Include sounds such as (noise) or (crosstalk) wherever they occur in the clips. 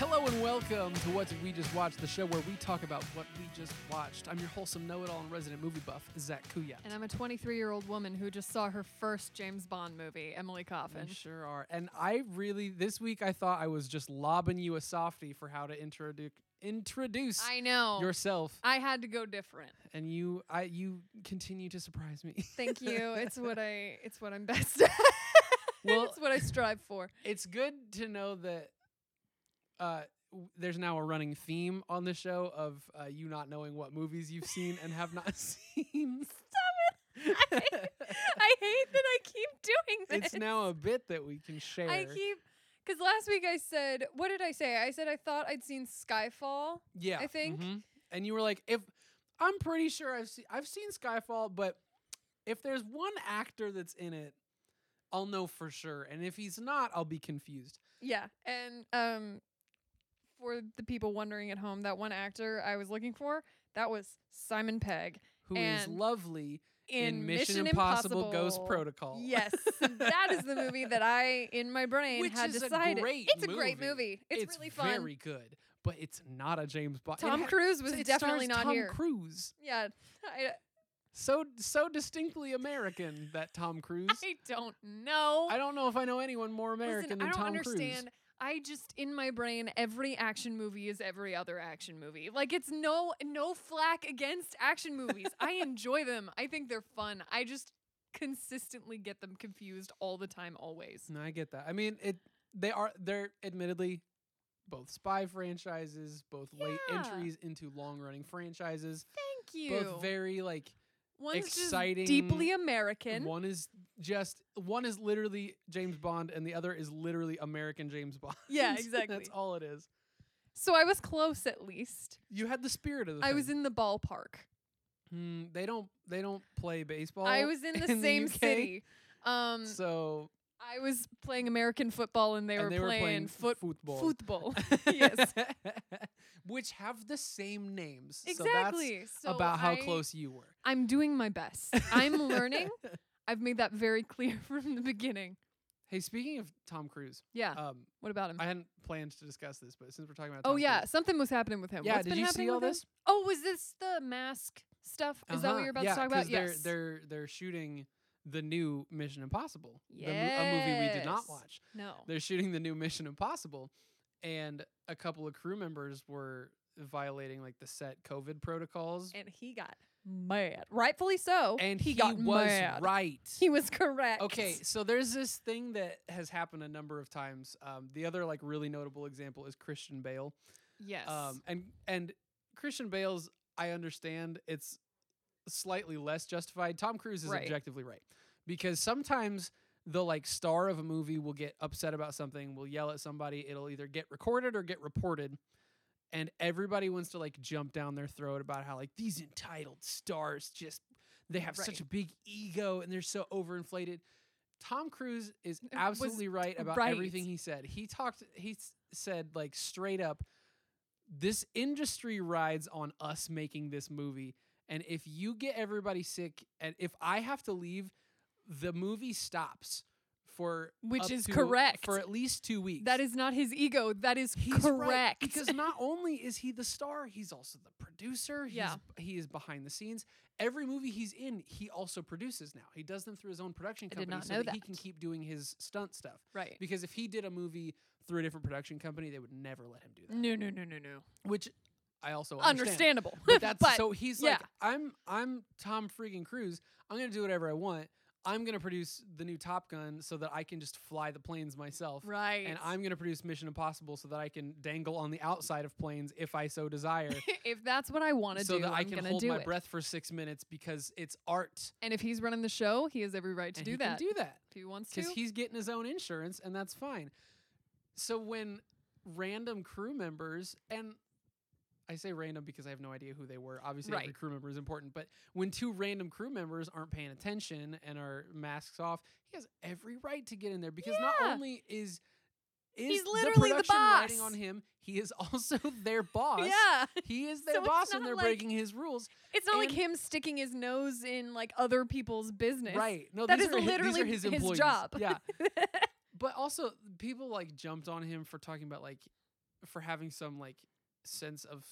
Hello and welcome to What Did We Just Watch, the show where we talk about what we just watched. I'm your wholesome know it all and resident movie buff, Zach Kuya. And I'm a 23 year old woman who just saw her first James Bond movie, Emily We Coffin. sure are. And I really, this week, I thought I was just lobbing you a softie for how to introduce introduce I know. yourself, I had to go different. and you, I, you continue to surprise me. (laughs) Thank (laughs) you. it's what I. It's what I'm best (laughs) at. Well- it's what I strive (laughs) for. it's good to know that uh, w- there's now a running theme on the show of uh, you not knowing what movies you've seen and have not (laughs) seen. I, I hate that I keep doing this. it's now a bit that we can share. I keep. Because last week I said, what did I say? I said I thought I'd seen Skyfall. yeah, I think. mhm. And you were like, if I'm pretty sure I've seen I've seen Skyfall, but if there's one actor that's in it, I'll know for sure. And if he's not, I'll be confused. Yeah, and um, for the people wondering at home, that one actor I was looking for that was Simon Pegg Who is And lovely in, Mission, Impossible, Ghost Protocol? Yes, that (laughs) is the movie that I in my brain Which had is a decided. great it's a great movie. movie. It's, really fun. very good, but it's not a James Bond. Tom it ha- Cruise was it definitely stars not Tom here. Cruise, Yeah, (laughs) I, so so distinctly American that Tom Cruise. I, (laughs) I don't know. don't know if I know anyone more American Listen, I than don't Tom understand. Cruise. I just in my brain, every action movie is every other action movie. Like it's no no flack against action movies. (laughs) I enjoy them. I think they're fun. I just consistently get them confused all the time, always. No, I get that. I mean, it they are they're admittedly both spy franchises, both late Yeah. entries into long running franchises, Thank you. both very like One's exciting- just deeply American. one is just one is literally James Bond and the other is literally American James Bond. Yeah, (laughs) That's exactly. all it is. So I was close at least. You had the spirit of the I thing. was in the ballpark. Mm, they don't they don't play baseball. I was (laughs) in the in the same UK? city. Um, so I was playing American football, and they, and were, they playing foot- football. (laughs) football. (laughs) yes, Which have the same names. So exactly. that's about how I- close you were. I'm doing (laughs) my best. I'm learning. I've made that very clear (laughs) from the beginning. Hey, speaking of Tom Cruise, Yeah. um, what about him? I hadn't planned to discuss this, but since we're talking about oh Tom yeah, Cruise- something was happening with him. yeah, What's did been you happening see all with him? this? Oh, was this the mask stuff? Is that what Uh-huh, you're about yeah, to talk about? 'cause They're, yes. they're they're shooting the new Mission Impossible. the mo- a movie we did not Yes. watch. no. they're shooting the new Mission Impossible, and a couple of crew members were violating like the set COVID protocols. and he got mad. Rightfully so. And he, got was mad. right. He was correct. Okay, so there's this thing that has happened a number of times. Um, the other like really notable example is Christian Bale. Yes. Um, and and Christian Bale's, I understand it's slightly less justified. Tom Cruise is Right. objectively right because sometimes the like star of a movie will get upset about something, will yell at somebody. It'll either get recorded or get reported. And everybody wants to like jump down their throat about how like these entitled stars just they have such Right. a big ego and they're so overinflated. Tom Cruise is was absolutely right about right. everything he said. He talked he s- said like straight up this industry rides on us making this movie. And if you get everybody sick and if I have to leave, the movie stops for Which up is to- correct. for at least two weeks. that is not his ego. That is He's right, correct. because not only is he the star, he's also the producer. He's, Yeah. he is behind the scenes. Every movie he's in, he also produces now. He does them through his own production I did company not so know he that. can keep doing his stunt stuff. right. Because if he did a movie through a different production company, they would never let him do that. No, no, no, no, no. Which I also understand. Understandable. (laughs) But that's But- so he's like, yeah. I'm I'm Tom freaking Cruise. I'm gonna do whatever I want. I'm gonna produce the new Top Gun so that I can just fly the planes myself. right. And I'm gonna produce Mission Impossible so that I can dangle on the outside of planes if I so desire. (laughs) if that's what I want to so do, that I I'm can gonna hold do my it. breath for six minutes because it's art. And if he's running the show, he has every right to and do he that. Can do that. if he wants to. (laughs) Because he's getting his own insurance and that's fine. So when random crew members and I say random because I have no idea who they were. Obviously, every Right. crew member is important, but when two random crew members aren't paying attention and are masks off, he has every right to get in there because not Yeah. only is is He's the literally the production riding boss. on him, he is (laughs) also their boss. yeah, He is their So it's boss and not they're like- breaking his rules. it's not like And- him sticking his nose in like other people's business. Right. No, That these is are hi- these literally are his his (laughs) employees. job. Yeah. but also people like jumped on him for talking about like for having some like sense of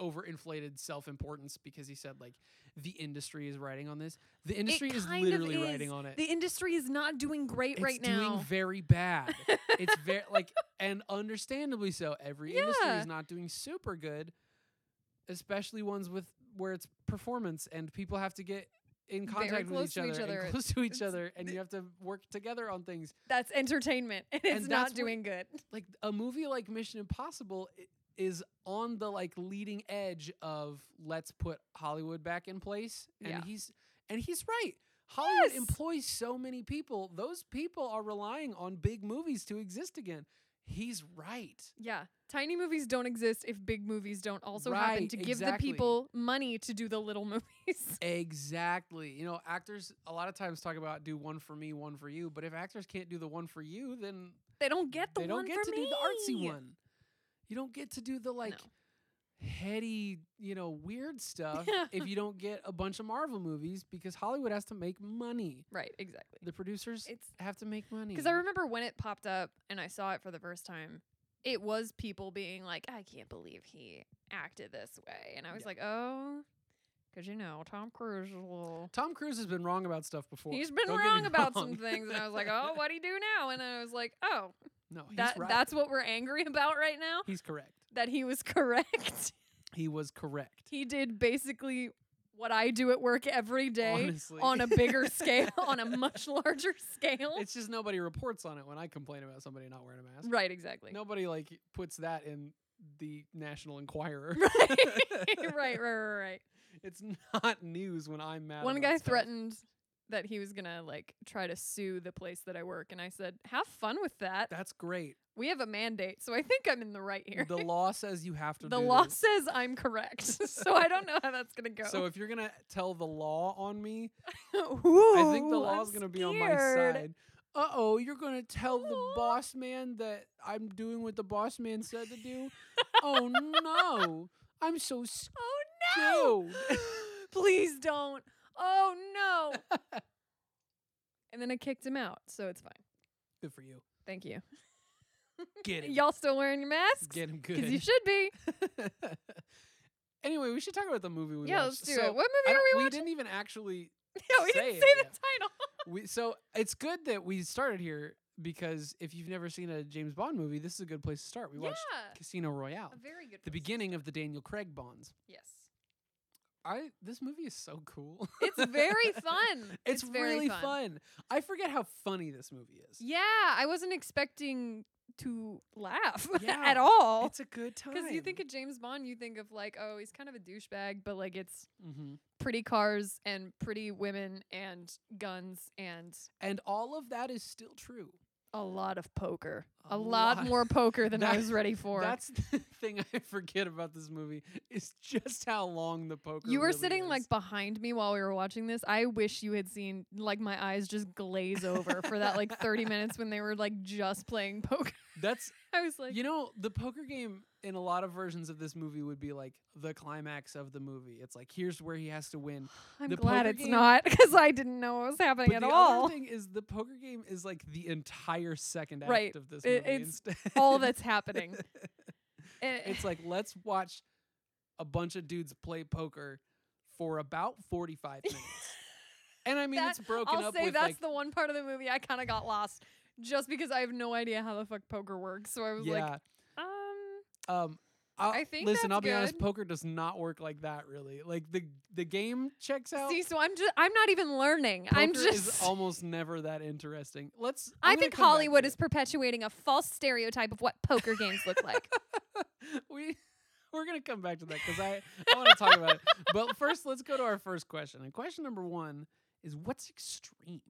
overinflated self-importance because he said like the industry is writing on this. The industry is kind of literally is. writing on it. The industry is not doing great it's right doing now. very bad. (laughs) it's very like and understandably so. Every industry Yeah. is not doing super good, especially ones with where it's performance and people have to get in Very contact with close each to other, each other. and close to each It's- other, and you have to work together on things. that's entertainment, and it's And that's not what- doing good. like a movie like Mission Impossible i- is on the like leading edge of let's put Hollywood back in place and Yeah. he's and he's right. Hollywood Yes. employs so many people. Those people are relying on big movies to exist again. He's right. Yeah. Tiny movies don't exist if big movies don't also happen Right, to give exactly. the people money to do the little (laughs) movies. Exactly. You know, actors a lot of times talk about do one for me, one for you, but if actors can't do the one for you, then they don't get the they one don't get for to me. do the artsy one. You don't get to do the like No. heady, you know, weird (laughs) stuff if you don't get a bunch of Marvel movies because Hollywood has to make money. Right, exactly. The producers It's have to make money. Because I remember when it popped up and I saw it for the first time, it was people being like, I can't believe he acted this way. And I was Yeah. like, oh, because you know, Tom Cruise is a little. Tom Cruise has been wrong about stuff before. He's been Don't get me wrong about (laughs) some wrong. things. And I was like, oh, what do you do now? And I was like, oh, No, he's that, right. that's what we're angry (laughs) about right now? he's correct. That he was (laughs) correct. He was correct. he did basically what I do at work every day Honestly. on a bigger scale, on a much larger scale. (laughs) It's just nobody reports on it when I complain about somebody not wearing a mask. right, exactly. Nobody like puts that in the National Enquirer. (laughs) right, (laughs) (laughs) right, right, right, right. It's (laughs) not news when I'm mad. One about guy stuff. threatened that he was gonna like try to sue the place that I work, and I said, "Have fun with that. That's great. We have a mandate, so I think I'm in the right (laughs) here. The law says you have to The do law this. (laughs) says I'm (laughs) correct, (laughs) so I don't know how that's gonna go. So if you're gonna tell the law on me, I (laughs) Ooh, think the Oh, I'm law's gonna be on my scared. side. Uh oh, you're gonna tell the Aw. boss man that I'm doing what the boss man said to do. (laughs) oh no, I'm so Oh no! scared. (laughs) Please don't. Oh no! (laughs) and then I kicked him out, so it's fine. Good for you. Thank you. Get him. Y'all still wearing your masks? (laughs) Get him good. Because you should be. (laughs) anyway, we should talk about the movie (laughs) we yeah, watched. let's do So, it. What I movie are don't- we watching? didn't even actually (laughs) No, we say didn't it say the yet. title. We so it's good that we started here because if you've never seen a James Bond movie, this is a good place to start. (laughs) We watched yeah, Casino Royale, a very good. the place. beginning of the Daniel Craig Bonds. Yes, (laughs) I this movie is so cool. (laughs) it's very fun. it's, very really fun. I forget how funny this movie is. Yeah, I wasn't expecting to laugh (laughs) at Yeah, all. It's a good time. Because you think of James Bond, you think of like, oh, he's kind of a douchebag, but like it's Mhm. pretty cars and pretty women and guns and and all of that is still true. a lot of poker. A, A lot, lot. more poker than I That- was ready for. That's (laughs) the thing I forget about this movie is just how long the poker. You were really sitting is. like behind me while we were watching this. I wish you had seen like my eyes just glaze over for that like 30 minutes when they were like just playing poker. (laughs) that's I was like, you know the poker game in a lot of versions of this movie would be like the climax of the movie. It's like here's where he has to win. I'm the glad poker it's game- not (laughs) because I didn't know what was happening But at the all. other thing is the poker game is like the entire second act Right. of this movie. It- it's instead. (laughs) (laughs) all that's happening. Eh, (laughs) it's like let's watch a bunch of dudes play poker for about 45 (laughs) minutes and i mean That- it's broken I'll up say with that's like the one part of the movie I kind of got lost just because I have no idea how the fuck poker works. So I was yeah like, um, um I'll, I think listen that's i'll be honest good. poker does not work like that really like the the game checks out see, so I'm just, I'm not even learning. poker I'm just. is almost never that interesting let's I'm (laughs) I gonna think come back Hollywood to is perpetuating a false stereotype of what poker games look (laughs) like. it. we (laughs) we're gonna come back to that because i i want to talk (laughs) about it but first let's go to our first question and question number one is what's extreme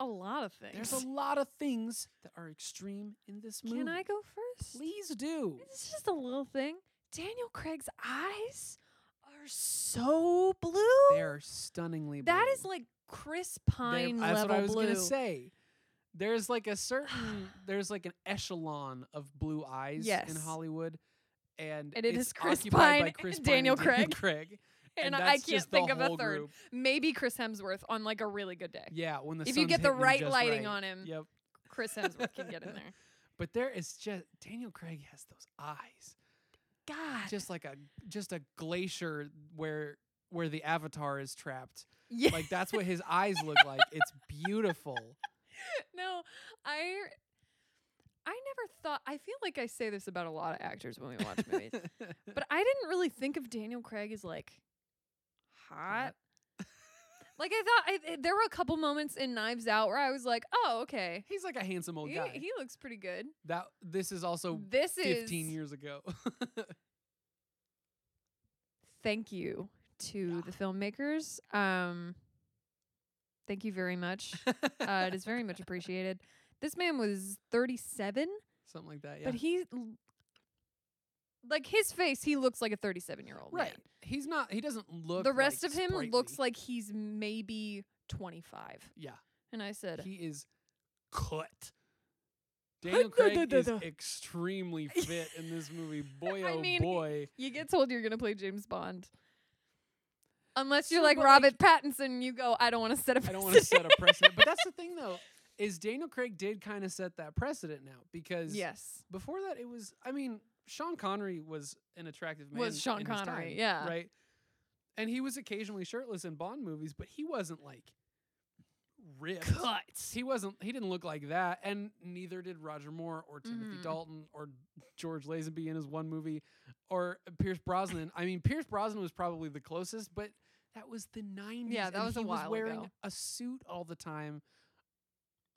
A lot of things. There's a lot of things that are extreme in this movie. Can I go first? Please do. It's just a little thing. Daniel Craig's eyes are so blue. They are stunningly blue. That is like Chris They're- Pine That's level what I was blue. gonna say. There's like a certain (sighs) there's like an echelon of blue eyes in Yes. Hollywood, and, And it it's is Chris occupied by Pine Chris and Pine Daniel and Daniel Craig. Craig. (laughs) And, that's I can't just the think of a whole third. group. Maybe Chris Hemsworth on like a really good day. Yeah, when the if you sun's get the hitting them right just lighting right. on him, Yep. (laughs) Chris Hemsworth can get in there. But there is just Daniel Craig has those eyes, God. just like a just a glacier where where the avatar is trapped. (laughs) yeah. Like that's what his eyes look like. It's (laughs) beautiful. no, I I never thought I feel like I say this about a lot of actors when we watch (laughs) movies. but I didn't really think of Daniel Craig as like hot. like I thought I, I- there were a couple moments in Knives Out where I was like, "Oh, okay. He's like a handsome old He, guy. he looks pretty good." that this is also this 15 is years ago. thank you to the filmmakers. Um thank you very much. uh, it is very much appreciated. This man was 37, (laughs) Something like that. Yeah. but he l- like his face, he looks like a 37-year-old right. He's not. He doesn't man. look. The rest like of him looks sprightly. like he's maybe 25. Yeah. And I said, He is cut. (laughs) Daniel Craig is Da-da-da-da. extremely fit in this (laughs) movie. Boy, I oh mean, boy. "You get told you're going to play James Bond." Unless you're Sure, like but, Robert Pattinson, you go, "I don't want to set I a don't precedent." (laughs) want to (laughs) set a precedent. But that's the thing, though, is Daniel Craig did kind of set that precedent now because Yes. before that, it was, I mean, Sean Connery was an attractive man. Was Sean in his Connery, time, yeah. Right. And he was occasionally shirtless in Bond movies, but he wasn't like ripped. Cuts. He wasn't. He didn't look like that, and neither did Roger Moore or Timothy Mhm. Dalton or George Lazenby in his one movie, or Pierce Brosnan. I mean, Pierce Brosnan was probably the closest, but that was the '90s. Yeah, that and was a he while was wearing ago. a suit all the time.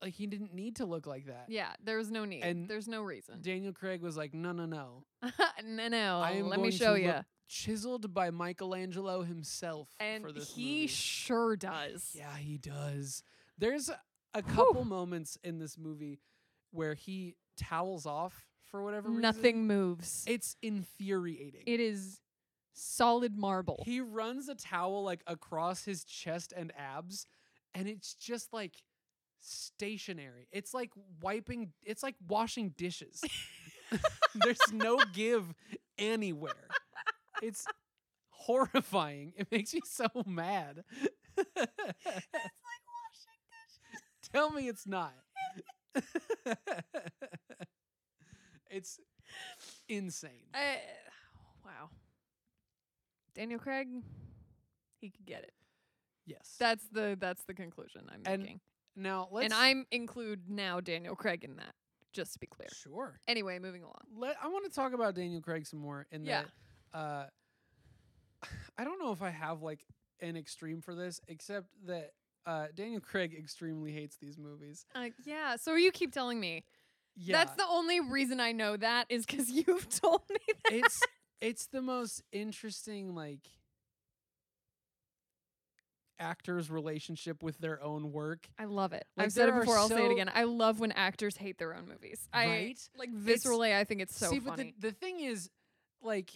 Like he didn't need to look like that. Yeah, there was no need. And There's no reason. Daniel Craig was like, no, no, no. (laughs) no, no. I am let me going to show look you. Chiseled by Michelangelo himself And for this he movie. sure does. Yeah, he does. There's a- a couple moments in this movie where he towels off for whatever reason. Nothing moves. It's infuriating. it is solid marble. he runs a towel like across his chest and abs, and it's just like stationary. It's like wiping. It's like washing (laughs) dishes. There's no give anywhere. It's horrifying. It makes me so mad. (laughs) Tell me it's not. (laughs) it's insane. I, Uh, wow. Daniel Craig, he could get it. Yes. That's the that's the conclusion I'm And making. now let's and I'm include now Daniel Craig in that, just to be clear. sure. Anyway, moving along. Let I want to talk about Daniel Craig some more. In Yeah. that, uh, (sighs) I don't know if I have like an extreme for this, except that uh, Daniel Craig extremely hates these movies. Uh, yeah, so you keep telling me. Yeah, That's the only reason I know that is because (laughs) you've told me that. (laughs) it's it's the most interesting like actors relationship with their own work I love it. Like, I've said it there are before. I'll say it so- again. I love when actors hate their own movies. Right? I like viscerally. I think it's so See, funny. but the, the thing is, like,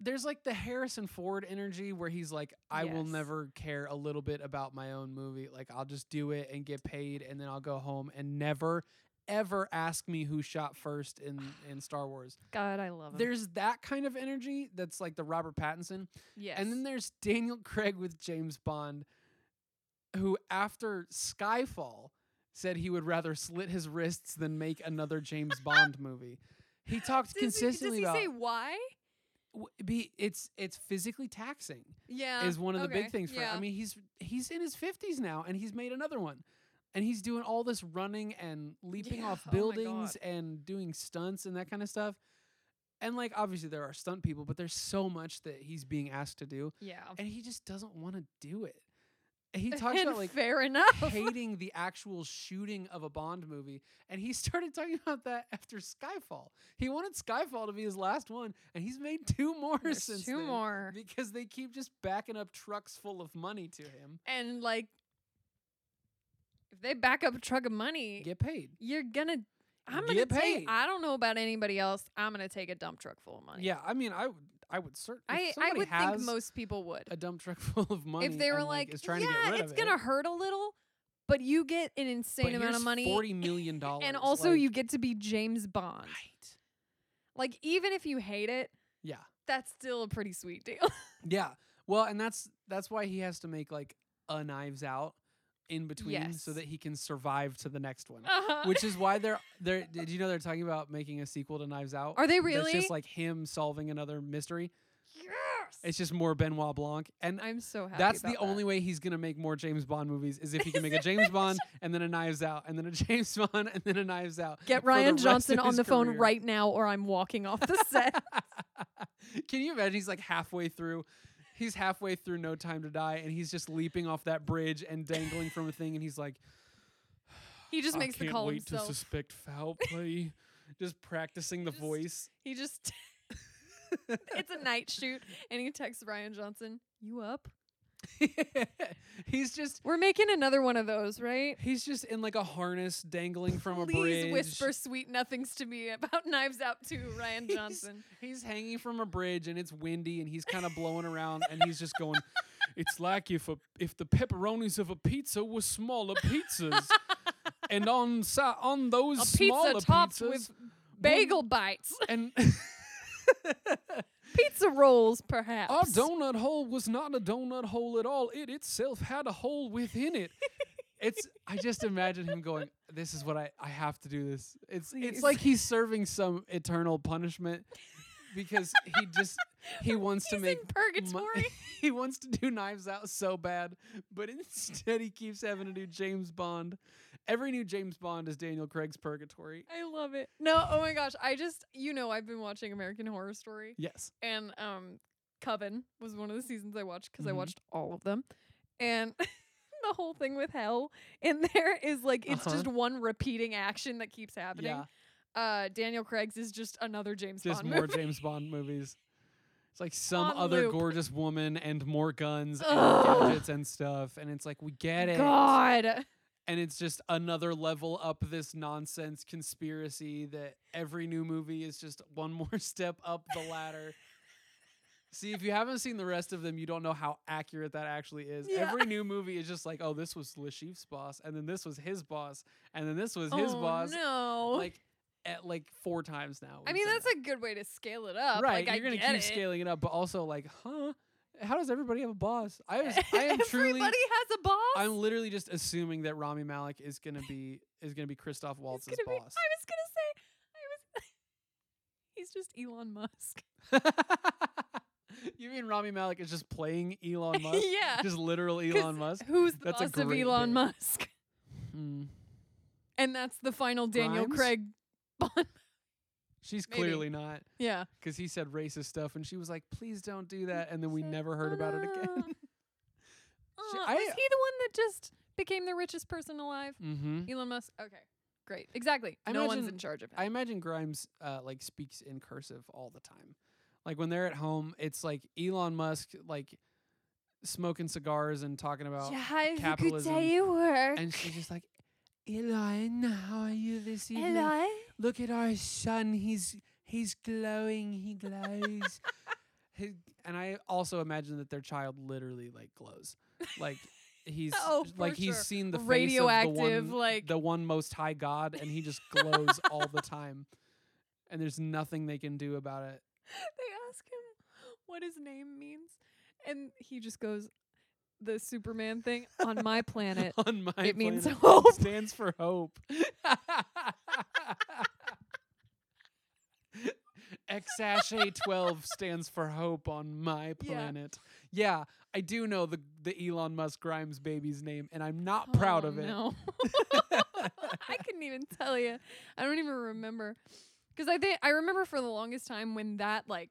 there's like the Harrison Ford energy where he's like, I will Yes. never care a little bit about my own movie. Like, I'll just do it and get paid, and then I'll go home and never, ever ask me who shot first in in Star Wars. God, I love him. There's that kind of energy that's like the Robert Pattinson, yes. and then there's Daniel Craig with James Bond, who after Skyfall said he would rather slit his wrists than make another James Bond movie. He talked (laughs) does consistently He, does he say about why? w- be it's it's physically taxing Yeah. is one of the big Oh, okay, things for. him. yeah. I mean, he's he's in his fifties now, and he's made another one, and he's doing all this running and leaping Yeah, off (laughs) oh my buildings and doing stunts and that kind of stuff. And like obviously there are stunt people, but there's so much that he's being asked to do yeah. and he just doesn't want to do it. And (laughs) He talks And about like fair enough. hating the actual shooting of a Bond movie, and he (laughs) started talking about that after Skyfall. He wanted Skyfall to be his last one, and he's made two more (laughs) There's since two then more. because they keep just backing up trucks full of money to him. And like, if they back up a truck of money, Get paid. you're gonna. I'm gonna Get take. paid. I don't know about anybody else. I'm gonna take a dump truck full of money. Yeah, I mean, I would, I would certainly. I, I would think most people would. a dump truck (laughs) full of money. if they were and, like, is trying yeah, to get rid it's of gonna it, hurt a little, but you get but an insane amount of here's money, forty million dollars, (laughs) and also like- you get to be James Bond. Right. Like even if you hate it, Yeah. that's still a pretty sweet deal. Yeah. Well, and that's that's why he has to make like a Knives Out in between so Yes. that he can survive to the next one. Uh-huh. Which is why they're they're did you know they're talking about making a sequel to Knives Out? (laughs) are they It's really? just like him solving another mystery. yes. It's just more Benoit Blanc. And I'm so happy. that's the about that. only way he's gonna make more James Bond movies is if he can Is make a (laughs) it James Bond and then a Knives Out and then a (laughs) James Bond and then a Knives Out. Get for the Ryan rest of Johnson on his the phone career. right now, or I'm walking (laughs) off the set. Can you imagine? He's like halfway through. He's halfway through No Time to Die, and he's just leaping off that bridge and dangling from a thing, and he's like, He just "I makes the can't call wait himself. to suspect (laughs) foul play." just practicing the Just- (laughs) voice. he just. it's a night shoot, and he texts Ryan Johnson, "You up? he's just We're making another one of those, right?" he's just in like a harness dangling from a Please bridge. whisper sweet nothings to me about (laughs) Knives Out too, Ryan He's- Johnson. He's hanging from a bridge and it's windy and he's kind of blowing around and he's just (laughs) going, It's like if a, if the pepperonis of a pizza were smaller (laughs) pizzas. and on si- on those A smaller pizza topped pizzas, with one- bagel bites, (laughs) and pizza rolls, perhaps. our donut hole was not a donut hole at all. It itself had a hole within (laughs) it. It's I just imagine him going, This is what I, I have to do this. It's Please. it's like he's serving some eternal punishment because he just (laughs) he wants to (laughs) He's make in Mu- purgatory. he wants to do Knives Out so bad, but instead he keeps having to do James Bond. Every new James Bond is Daniel Craig's Purgatory. (laughs) I love it. No, oh my gosh. I just, you know, I've been watching American Horror Story Yes. and um Coven was one of the seasons I watched because Mhm. I watched all of them. And (laughs) the whole thing with hell in there is like it's Uh-huh. just one repeating action that keeps happening. Yeah. Uh Daniel Craig's is just another James Just Bond more movie. James Bond movies. It's like some On other loop. gorgeous woman and more (laughs) guns Ugh. and gadgets and stuff. And it's like, we get it. God. And it's just another level up this nonsense conspiracy that every new movie is just one (laughs) more step up the ladder. See, if you haven't seen the rest of them, you don't know how accurate that actually is. Yeah. Every (laughs) new movie is just like, oh, this was Lashif's boss, and then this was his boss, and then this was his oh, boss. No. Like at like four times now. I we've mean, done that's that. a good way to scale it up. right. Like, I You're gonna get keep it. scaling it up, but also like, huh? How does everybody have a boss? I (laughs) was I am Everybody truly has a boss. I'm literally just assuming that Rami Malik is gonna be is gonna be Christoph He's Waltz's gonna be- boss. I was gonna say, I was. (laughs) he's just Elon Musk. (laughs) you mean Rami Malik is just playing (laughs) Elon Musk? yeah. Just literal (laughs) 'cause Elon Musk. Who's the That's a boss of great Elon bit. Musk? (laughs) Hmm. And that's the final Daniel Grimes? Craig Bond. She's Maybe. clearly not, Yeah. because he said racist stuff, and she was like, "Please don't do that," and then we Said, never heard "Oh, about it no." again. (laughs) She- Uh, I- was he the one that just became the richest person alive? mm-hmm. Elon Musk. Okay. Great. Exactly. I no one's imagine- in charge of him. I imagine Grimes uh, like speaks in cursive all the time. Like when they're at home, it's like Elon Musk like smoking cigars and talking about, yeah, capitalism you work. and she's just like, "Elon, how are you this evening? Hello. Look at our sun. He's he's glowing. He (laughs) glows." His, and I also imagine that their child literally like glows, like he's Oh, for like he's sure. seen the face of the Radioactive, one like the one most high god and he just glows all the time and there's nothing they can do about it (laughs) they ask him what his name means, and he just goes, "The Superman thing on (laughs) my planet." on my It means planet. hope. It stands for hope xasha 12 stands for hope on my (laughs) Yeah. planet yeah, i do know the the elon musk grimes baby's name and i'm not proud Oh, of it No, (laughs) I couldn't even tell you. I don't even remember because I think I remember for the longest time when that like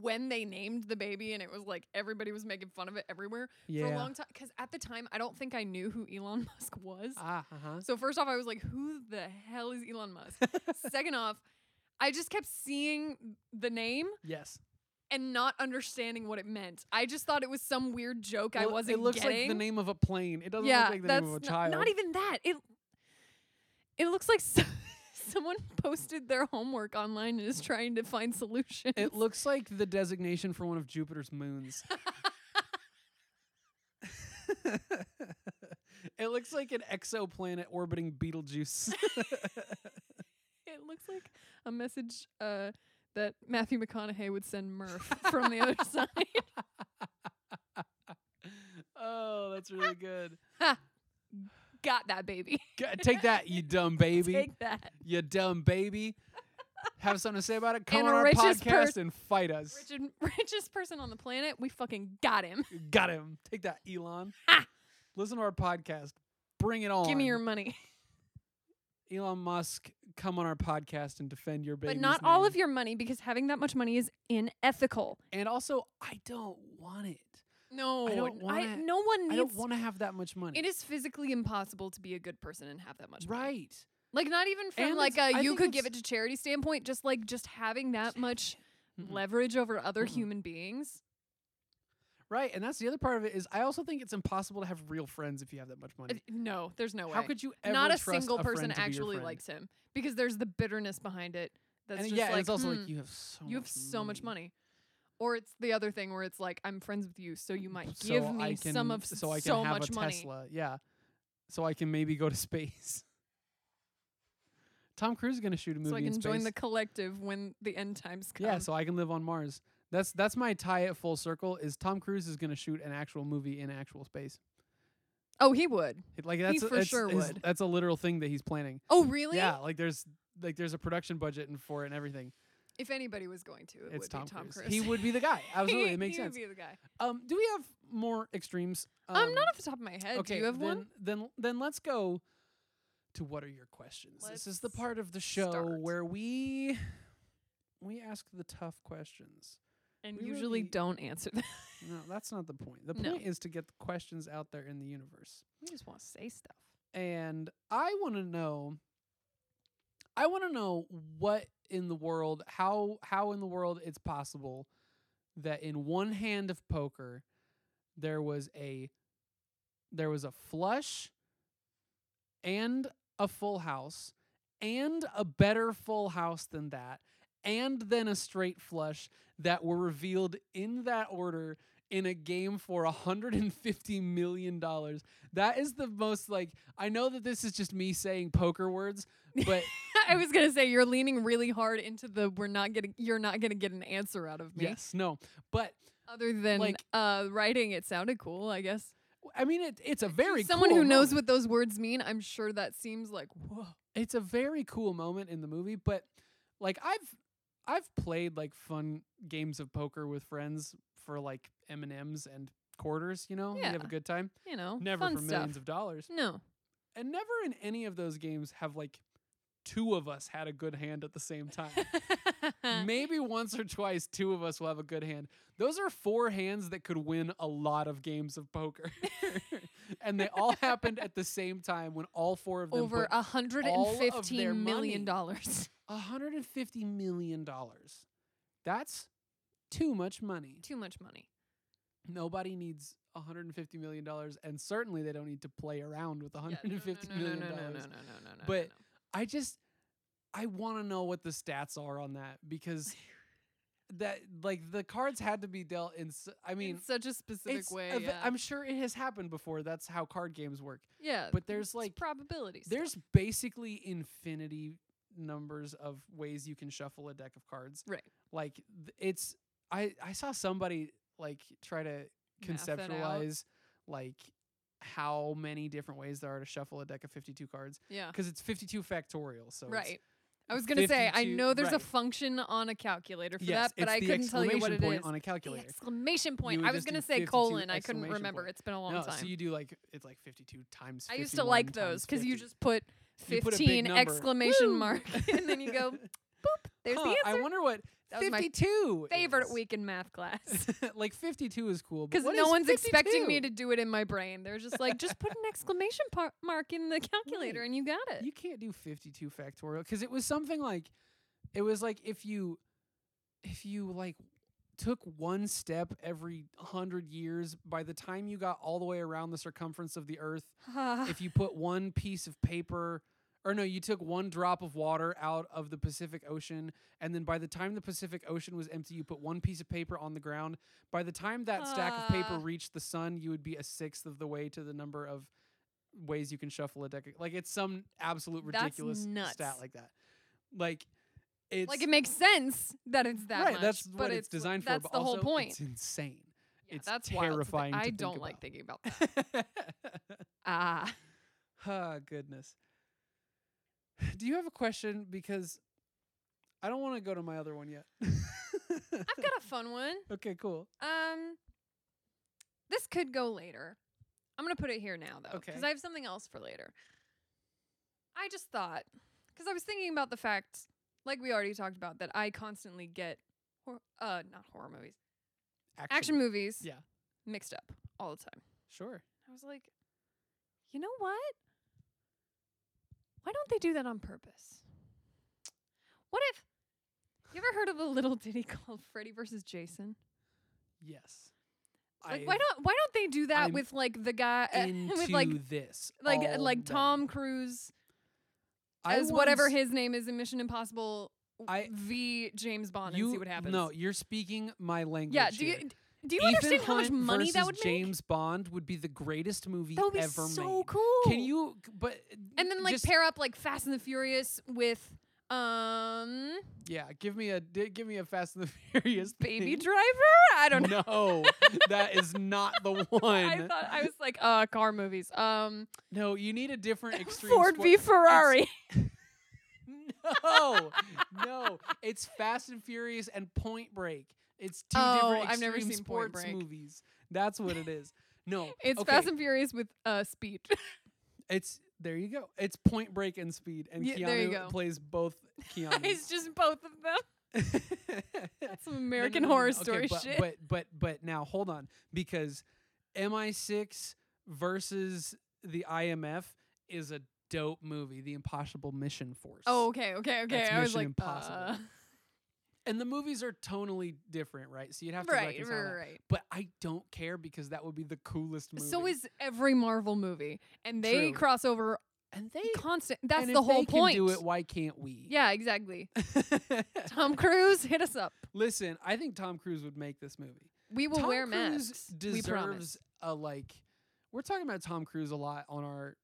when they named the baby and it was like everybody was making fun of it everywhere for a (laughs) yeah long time. Because at the time, I don't think I knew who Elon (laughs) Musk was. ah, uh-huh. So first off, I was like, "Who the hell is (laughs) Elon Musk?" Second off, I just kept seeing the name yes and not understanding what it meant. I just thought it was some weird joke I Well, wasn't it looks getting. like the name of a plane it doesn't yeah, look like the that's name of a not- child Not, even that. It it looks like so- (laughs) someone posted their homework online and is trying to find solutions. It looks like the designation for one of Jupiter's (laughs) moons. it looks like an exoplanet orbiting (laughs) Betelgeuse. it looks like a message uh, that Matthew McConaughey would send Murph from (laughs) the other side. (laughs) oh, that's really good. Ha. Got that, baby. (laughs) G- Take that, you dumb baby. Take that. you dumb baby. Have something to say about it? Come And on the our richest per- podcast and fight us. Richard, richest person on the planet. We fucking got him. (laughs) Got him. Take that, Elon. Ha! Listen to our podcast. Bring it on. Give me (laughs) your money. Elon Musk. Come on our podcast and defend your baby. But not all of your money because having that much money is unethical. And also, I don't want it. No, don't n- wanna- no one I don't needs. want to have that much money. It is physically impossible to be a good person and have that much money. right. Like not even from And like it's- I a you think could give it it's- to charity standpoint. Just like just having that much Mm-mm. leverage over other Mm-mm. human beings. Right, and that's the other part of it is I also think it's impossible to have real friends if you have that much Uh, money. No, there's no way. How could you ever not a trust single friend person to be your actually friend? likes him because there's the bitterness behind it. That's And just yeah, like, and it's also "Hmm, like you have so you have much so much money. Or it's the other thing where it's like I'm friends with you, so you might Mm, so give I me can, some of s- so I can have much a money. Tesla. Yeah, so I can maybe go to space. (laughs) Tom Cruise is gonna shoot a movie So I in can space. join the collective when the end times come. yeah, so I can live on Mars. That's that's my tie at full circle. Is Tom Cruise is gonna shoot an actual movie in actual space? oh, he would. It- Like that's a- for it's- sure his- would. That's a literal thing that he's planning. Oh, really? Yeah, like there's like there's a production budget and for it and everything. If anybody was going to, it would be Tom Cruise. He would be the (laughs) guy. Absolutely, He- it makes he sense. Would be the guy. Um, do we have more extremes? Um, I'm not off the top of my head. okay, Do you have then, one? Then then let's go to what are your questions? this is the Let's part of the show start. where we we ask the tough questions. And we usually really- don't (laughs) answer them. No, that's not the point. The No. point is to get the questions out there in the universe. we just want to say stuff. And I want to know I want to know what in the world how how in the world it's possible that in one hand of poker there was a there was a flush and a full house and a better full house than that and then a straight flush that were revealed in that order in a game for 150 million dollars that is the most like i know that this is just me saying poker words (laughs) but (laughs) I was gonna say you're leaning really hard into the we're not getting you're not gonna get an answer out of me. yes no but Other than Like- uh writing, it sounded cool, I guess. i mean it, it's a very Someone cool who knows moment. what those words mean, I'm sure that seems like whoa. it's a very cool moment in the movie but like i've i've played like fun games of poker with friends for like m&ms and quarters you know you have Yeah. a good time You know, never fun for stuff. millions of dollars (laughs) No. and never in any of those games have like two of us had a good hand at the same time (laughs) maybe once or twice two of us will have a good hand those are four hands that could win a lot of games of poker (laughs) and they all happened at the same time when all four of them Over put a hundred and their fifteen money. (laughs) million dollars. (laughs) 150 million dollars. That's too much money. Too (laughs) much money. Nobody needs 150 million dollars and certainly they don't need to play around with Yeah, 150 no, no, million no, no, no, no, dollars. no, no, no, no, no, But no. I just I want to know what the stats are on that (laughs) because that like the cards had to be dealt in s- I mean in such a specific it's way. a ve- yeah. I'm sure it has happened before. That's how card games work. yeah. but there's, it's like- probabilities. There's basically infinity numbers of ways you can shuffle a deck of cards. Right. Like th- it's I I saw somebody like try to Math that out. conceptualize like how many different ways there are to shuffle a deck of 52 cards yeah. because it's 52 factorial. So it's- right. I was gonna say I 52 know there's a right. function on a calculator for yes, that, but it's I the couldn't tell you what exclamation it point is. on a The calculator. exclamation point. would I was just do gonna say 52 colon. I couldn't exclamation remember. point. It's been a long no, time. so you do like it's like 52 times. I used to like 51 those times because you 50. just put You put a big 15 number. exclamation Woo! mark (laughs) and then (laughs) you go, there's Huh, the I answer. wonder what That was my 52 Favorite is. week in math class. (laughs) (laughs) like 52 is cool Because because no one's expecting me to do it in my brain. They're just like, just put an exclamation par- mark in the calculator and you got it. You (sighs) can't do 52 factorial because it was something like it was like if you if you like took one step every 100 years by the time you got all the way around the circumference of the earth if you put one piece of paper or no you took one drop of water out of the pacific ocean and then by the time the pacific ocean was empty you put one piece of paper on the ground by the time that stack of paper Ah. reached the sun you would be a sixth of the way to the number of ways you can shuffle a deck like it's some absolute That's ridiculous stat nuts. like that like it's like, it makes sense that it's that right much. that's but what it's, it's, designed that's for but the also whole point. it's insane (laughs) Yeah, it's that's wild to think- terrifying to I think don't about. like thinking about that. Ah. Ah, goodness. (sighs) Do you have a question? Because I don't want to go to my other one (laughs) yet. (laughs) I've got a fun one. okay, cool. Um, this could go later. I'm gonna put it here now though, because Okay. I have something else for later. I just thought, because I was thinking about the fact, like we already talked about, that I constantly get, hor- uh, not horror movies, Action. action movies, Yeah. mixed up all the time. Sure. I was like, you know what? Why don't they do that on purpose? What if? You ever heard of a little ditty (laughs) called Freddy versus Jason? Yes. Like I why don't why don't they do that I'm with like the guy uh, (laughs) into with like this like eh, all like day. Tom Cruise I as whatever once- his name is in Mission Impossible I- v James Bond you, and see what happens. No, you're speaking my language. yeah. Do you here. do you understand how much money that would make? James Bond would be the greatest movie that would be ever so made. cool. Can you? But and then like just- pair up like Fast and the Furious with um yeah, give me a di- give me a Fast and the (laughs) Furious Baby thing. Driver? I don't know. (laughs) No, that is not the I one. thought I was like uh car movies. Um No, you need a (laughs) different extreme. Ford sport. v Ferrari. (laughs) No, no, it's Fast and Furious and Point Break. It's two Oh, different I've never extreme seen Point sports Break. movies. That's what it is. No, (laughs) It's okay, Fast and Furious with uh speed. (laughs) It's there you go. It's Point Break and Speed, and Yeah, Keanu there you go. plays (laughs) both it's Keanu's. just both of (laughs) them. That's some No, no, American no, no, Horror no. Okay, Story but, shit. But but but now hold on because MI6 versus the IMF is a dope movie, The Impossible Mission Force. oh, okay, okay, okay. That's I was Mission like, Impossible. uh, and the movies are tonally different, right? So you'd have to right, right, reconcile that. right. But I don't care because that would be the coolest movie. So is every Marvel movie, and they True. cross over and they constant. That's and the if they whole point. Can do it? Why can't we? (laughs) Yeah, exactly. Yeah. Tom Cruise, hit us up. Listen, I think Tom Cruise would make this movie. We will Tom wear Cruise masks. we promise. deserves a like. We're talking about Tom Cruise a lot on our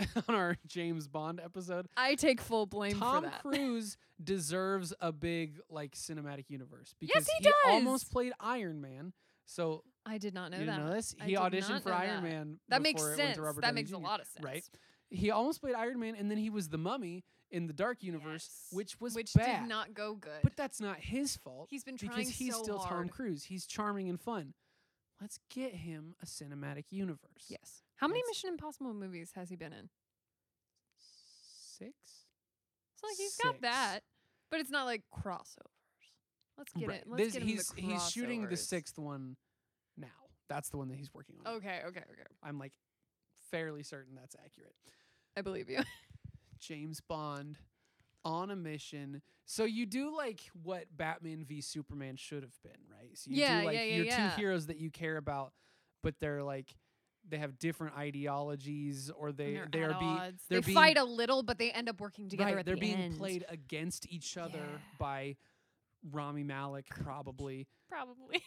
(laughs) on our James Bond episode. I take full blame for Tom that. Cruise deserves a big like cinematic universe Yes, because he does. almost played Iron Man. So I did not know you that. didn't know this? I He did auditioned not for know Iron that. Man. That makes before it went sense. to Robert That Downey makes a Jr. lot of sense. Right. He almost played Iron Man, and then he was the Mummy in the Dark universe, Yes. which was which bad. did not go good. but that's not his fault he's been trying because he's so still Tom hard. Cruise. He's charming and fun. Let's get him a cinematic universe. Yes. How many That's- Mission Impossible movies has he been in? Six. So like he's got Six. that, but it's not like crossovers. Let's get it. Right. Let's This- get him he's the he's shooting the crossovers. sixth one now. That's the one that he's working on. now. Okay, okay, okay. I'm like fairly certain that's accurate. I believe you. James Bond on a mission. So you do like what Batman v Superman should have been, right? So you Yeah, do like yeah, yeah, your yeah. two heroes that you care about, but they're like they have different ideologies or they (laughs) they're they at are be odds. they're they being- fight a little, but they end up working together right, at they're the being end. played against each other Yeah. by Rami Malik (laughs) probably. Probably.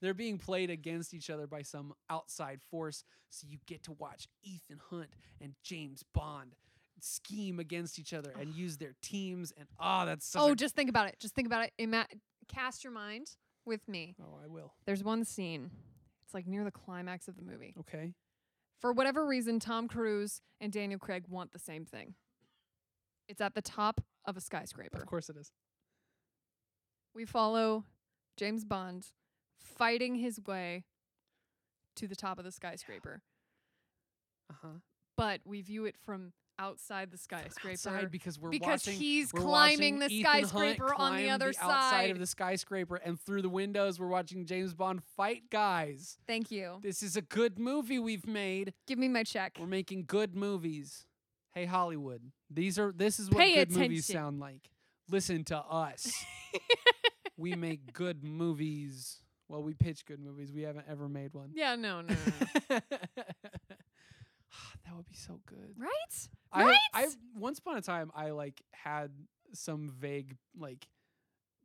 they're being played against each other by some outside force so you get to watch ethan hunt and james bond scheme against each other and use (sighs) their teams and ah that's such oh, a- just think about it. Just think about it. Ima- cast your mind with me. oh i will There's one scene. It's like near the climax of the movie. okay For whatever reason, Tom Cruise and Daniel Craig want the same thing. It's at the top of a skyscraper. of course it is we follow James Bond fighting his way to the top of the skyscraper, uh-huh but we view it from outside the skyscraper outside because we're because watching he's we're watching climbing the Ethan Hunt skyscraper on climb the other outside side. of the skyscraper and through the windows we're watching james bond fight guys Thank you. this is a good movie we've made Give me my check. We're making good movies. Hey Hollywood, these are this is what Pay good movies attention. sound like. Listen to (laughs) us. we make good movies. Well, we pitch good movies. We haven't ever made one. (laughs) Ah, Yeah, no, no, no, no. that would be so good. right? I, I Right? once upon a time I like had some vague like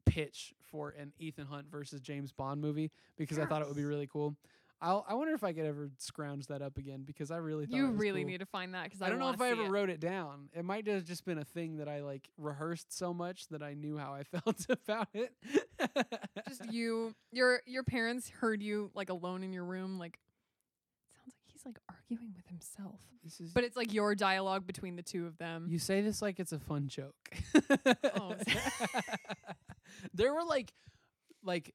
pitch for an Ethan Hunt versus James Bond movie because I thought it would be Yes. really cool. I'll, I wonder if I could ever scrounge that up again because I really thought You it was really cool. need to find that because I don't know if I ever it. wrote it down. It might have just been a thing that I like rehearsed so much that I knew how I (laughs) felt about it. (laughs) Just you, your your parents heard you like alone in your room. Like sounds like he's like arguing with himself. This is But it's like your dialogue between the two of them. You say this like it's a fun joke. Mm-hmm. Oh, (laughs) there were like like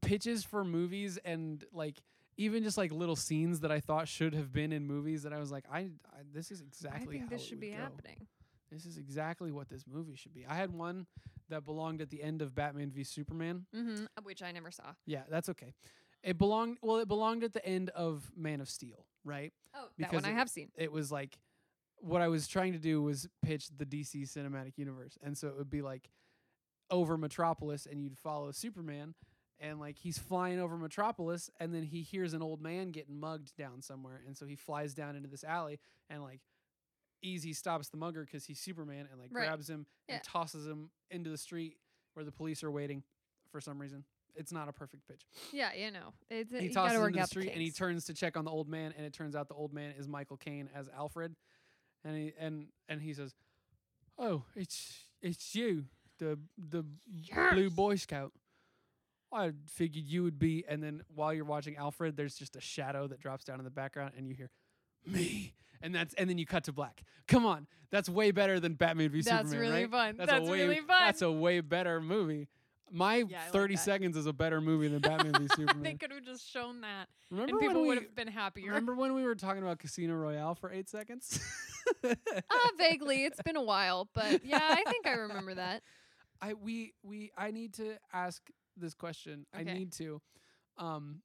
pitches for movies and like even just like little scenes that I thought should have been in movies that I was like, I, I this is exactly I think how this it should would be go. happening. This is exactly what this movie should be. I had one that belonged at the end of Batman v Superman. Mm-hmm. Which I never saw. Yeah, that's okay. It belonged well, it belonged at the end of Man of Steel, right? Oh, that Because one I it- have seen. it was like what I was trying to do was pitch the DC cinematic universe. And so it would be like over Metropolis and you'd follow Superman and like he's flying over Metropolis and then he hears an old man getting mugged down somewhere and so he flies down into this alley and like easy stops the mugger cuz he's Superman and like Right. grabs him Yeah. and tosses him into the street where the police are waiting for some reason. It's not a perfect pitch. Yeah, you know. It's, He you tosses gotta him work to the out street and he kinks. turns to check on the old man, and it turns out the old man is Michael Caine as Alfred, and he and and he says, "Oh, it's it's you, the the blue Boy Scout. I figured you would be." And then while you're watching Alfred, there's just a shadow that drops down in the background, and you hear me, and that's and then you cut to black. Come on, that's way better than Batman v That's Superman, really right? fun. That's, a way, really fun. That's a way better movie. My I like 30 that. seconds is a better movie than Batman (laughs) v Superman. they could have just shown that. Remember and people when would we, (laughs) have been happier. Remember when we were talking about Casino Royale for eight seconds? (laughs) (laughs) Ah, vaguely. It's been a while, but yeah, I think I remember that. I we we I need to ask this question. I Okay. need to, um,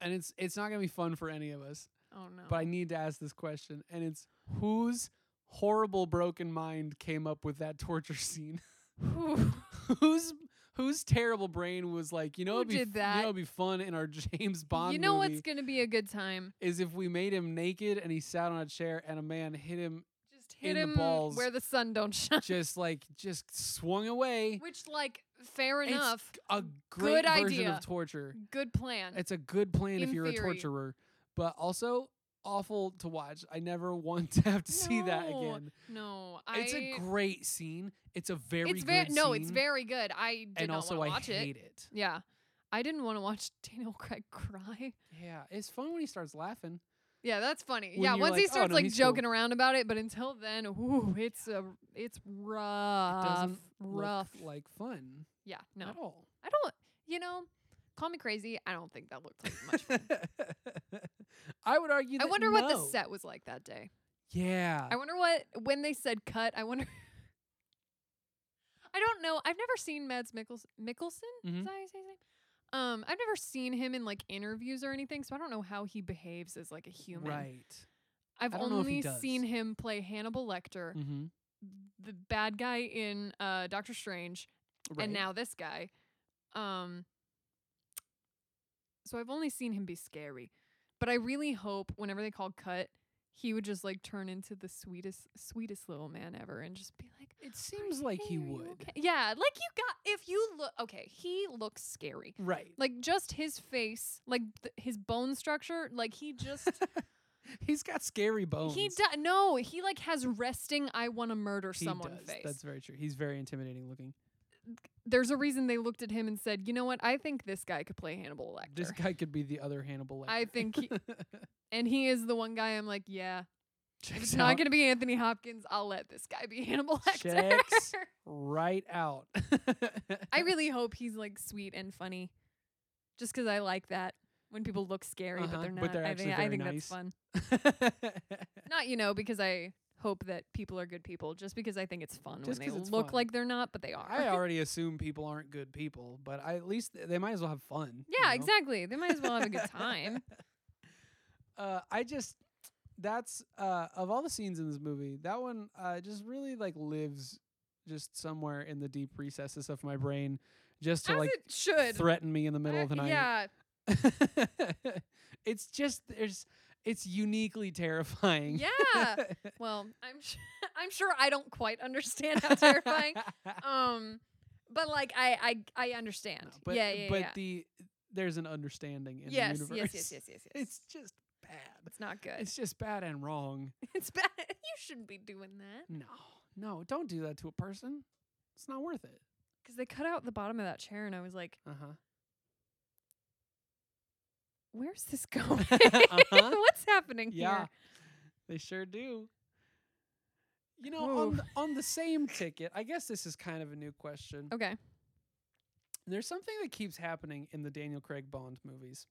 and it's it's not gonna be fun for any of us. (laughs) Oh no. But I need to ask this question, and it's whose horrible broken mind came up with that torture (laughs) scene? Whew. whose whose terrible brain was like, you know, Who it'd be did f- that? you know, it'd be fun in our (laughs) James Bond. you know movie what's gonna be a good time? is if we made him naked and he sat on a chair and a man hit him Just hit In the him balls. where the sun (laughs) don't shine. just like just swung away. Which, like, fair It's enough. g- a great version idea. of torture. Good plan. It's a good plan if In you're a theory. torturer, but also awful to watch. I never (laughs) want to have to see that No, again. no, I. it's a great scene. It's a very It's very good no. It's scene, very good. I did and not also want to I watch hate it. it. Yeah, I didn't want to watch (laughs) Daniel Craig cry. Yeah, it's fun when he starts laughing. Yeah, that's funny. When yeah, you're once he like, "Oh, starts no, like he's cool." joking around about it, but until then, ooh, it's a it's rough, Doesn't look rough. like fun yeah, no, at all. I don't. You know, call me crazy. I don't think that looked like (laughs) much. fun. I would argue. I that wonder what the no. set was like that day. Yeah, I wonder what when they said cut. I wonder. (laughs) I don't know. I've never seen Mads Mikkels- Mikkelsen. Mhm. Is that how you say his name? Um, I've never seen him in like interviews or anything, so I don't know how he behaves as like a human. right. I've I don't know if he only does. seen him play Hannibal Lecter, Mm-hmm. the bad guy in uh, Doctor Strange, right. and now this guy. Um, so I've only seen him be scary, but I really hope whenever they call cut, he would just like turn into the sweetest, sweetest little man ever, and just be like, it "Are seems you like he okay? Are you would. okay?" Yeah, like you got if you look okay, he looks scary. Right. Like just his face, like th- his bone structure, like (laughs) he just He's got scary bones. he does no, he like has resting. I want to murder He someone does. face. That's very true. He's very intimidating looking. There's a reason they looked at him and said, you know what? I think this guy could play Hannibal Lecter. This guy could be the other Hannibal Lecter. I (laughs) think, he, and he is the one guy. I'm like, yeah, if Checks (laughs) it's not out gonna be Anthony Hopkins. I'll let this guy be Hannibal (laughs) Lecter. Checks. right out. (laughs) I really hope he's like sweet and funny, just 'cause I like that when people look scary Uh-huh, but they're not. but they're I actually think, I very think nice. that's fun. (laughs) Not, you know, because I hope that people are good people. Just because I think it's fun Just when 'cause they it's look fun. like they're not, but they are. I already assume people aren't good people, but I, at least th- they might as well have fun. you (laughs) yeah, know? exactly. They might as well have a (laughs) good time. Uh, I just that's uh, of all the scenes in this movie, that one uh, just really like lives just somewhere in the deep recesses of my brain, just to As like it should. threaten me in the middle Uh, of the night. (laughs) Yeah, it's just there's it's uniquely terrifying. yeah. (laughs) Well, I'm (laughs) sh- I'm sure I don't quite (laughs) understand how terrifying. Um, but like I I I understand. No, but yeah, yeah, but yeah. the there's an understanding in yes, the universe. yes, (laughs) yes, yes, yes, yes. It's just bad. It's not good. It's just bad and wrong. (laughs) It's bad. You shouldn't be doing that. No. No, don't do that to a person. It's not worth it. Uh-huh. (laughs) (laughs) 'Cause they cut out the bottom of that chair, and I was like, Uh-huh. where's this (laughs) going? (laughs) Uh-huh. What's happening Yeah, here? they sure do. You know, Ooh. on the, on the same ticket, I guess this is kind of a new question. Okay. There's something that keeps happening in the Daniel Craig Bond movies,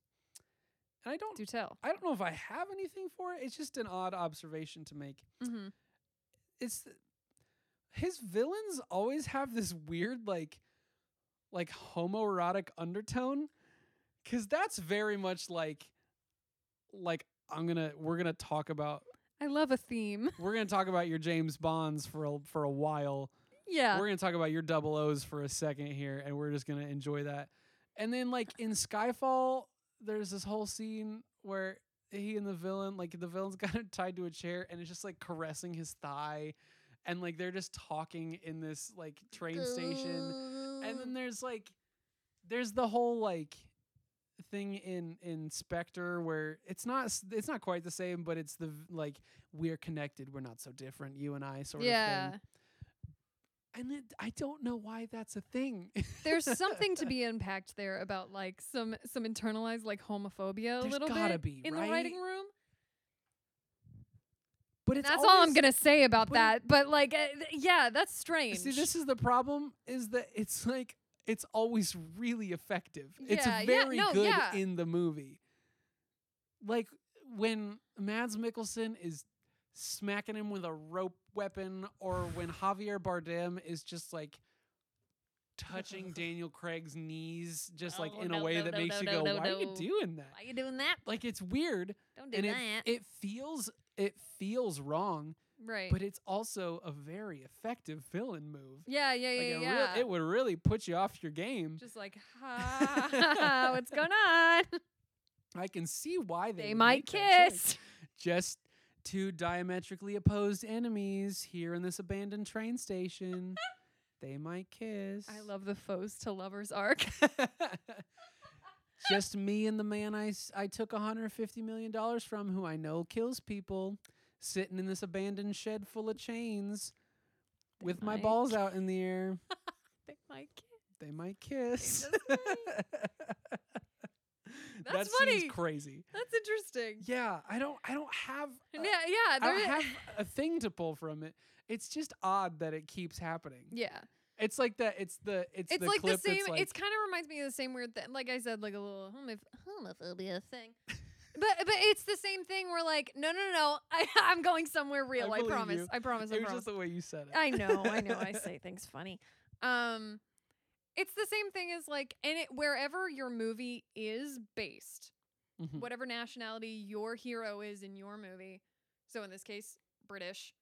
and I don't, Do tell. I don't know if I have anything for it. It's just an odd observation to make. Mm-hmm. It's th- his villains always have this weird, like, like homoerotic undertone, because that's very much like, like I'm gonna, we're gonna talk about I love a theme. (laughs) We're gonna talk about your James Bonds for a, for a while. Yeah. We're gonna talk about your double O's for a second here, and we're just gonna enjoy that. And then like in Skyfall, there's this whole scene where he and the villain, like the villain's (laughs) got him tied to a chair, and it's just like caressing his thigh, and like they're just talking in this like train station. And then there's like there's the whole like thing in in Spectre where it's not s- it's not quite the same, but it's the v- like we're connected, we're not so different, you and I sort yeah. of thing. (laughs) And it, I don't know why that's a thing. There's something to be unpacked there about like some some internalized like homophobia a There's little gotta bit be, in right? the writing room. (laughs) but And it's that's all I'm always- gonna say about but it- that. But like, uh, th- yeah, that's strange. See, this is the problem: is that it's like it's always really effective. it's Yeah, yeah, very no, good yeah. in the movie. Like when Mads Mikkelsen is smacking him with a rope weapon, or when Javier Bardem is just like (laughs) touching Daniel Craig's knees, just like Oh, in a no, way no, that no, makes no, you no, go, no, "Why are you no. doing that?" Why you doing that? Like it's weird, Don't do and it that. it feels it feels wrong, right. but it's also a very effective villain move. yeah, yeah, yeah, Like, it, real- yeah. it would really put you off your game. Just like, (laughs) (laughs) ha, what's going on? I can see why they, They would make might that choice. kiss. Just two diametrically opposed enemies here in this abandoned train (laughs) station. they might kiss. I love the foes to lovers arc. (laughs) (laughs) Just me and the man I, s- I took $150 million from, who I know kills people, sitting in this abandoned shed full of chains They with my might balls out in the air. They might kiss. They might (laughs) kiss. just might. that That's seems funny. crazy. That's interesting. Yeah, I don't I don't have a- Yeah, yeah. I There don't i- have a thing to pull from it. It's just odd that it keeps happening. (laughs) yeah. It's like that it's the it's, It's the like the clip same. that's like it's kind of reminds me of the same weird thing. Like I said, like a little homoph- homophobia (laughs) thing. But but it's the same thing. We're like, no, no, no. (laughs) I, I'm going somewhere real. I, believe promise. you. I promise. I it was promise. just the way you said it. I know, I know. (laughs) I say things funny. Um, it's the same thing as like, and it wherever your movie is based, Mhm. whatever nationality your hero is in your movie. So in this case, British.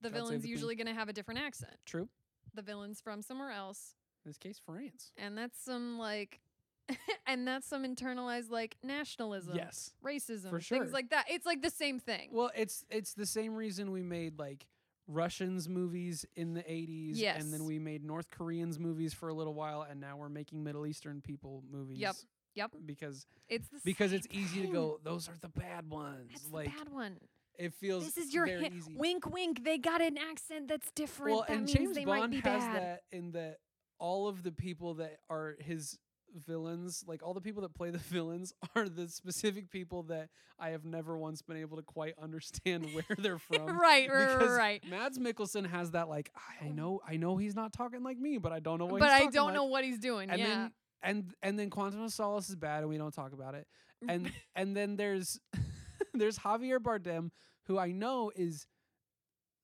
The God save villain's the Queen. usually going to have a different accent. True. In The villain's from somewhere else, this case, France. and that's some like, (laughs) and that's some internalized like nationalism, Yes. racism, sure. things like that. It's like the same thing. uh, Well, it's it's the same reason we made like Russians movies in the 80s and then Yes. we made North Koreans movies for a little while and now we're making Middle Eastern people movies. yep, Because it's the because same it's easy to thing. go those are the bad ones. That's like the bad one. it feels This is your very hint. easy. Wink, wink. They got an accent that's different. Well, that and means James they might Bond be has bad. that in that all of the people that are his villains, like all the people that play the (laughs) villains, are the specific people that I have never once been able to quite (laughs) understand where they're from. right, right, right, um, Because right. Oh. Mads Mikkelsen has that like I know I know he's not talking like me, but I don't know what. But he's I talking don't like. know what he's doing. And yeah. then and and then Quantum of Solace is bad, and we don't talk about it. (laughs) And and then there's (laughs) there's Javier Bardem, who I know is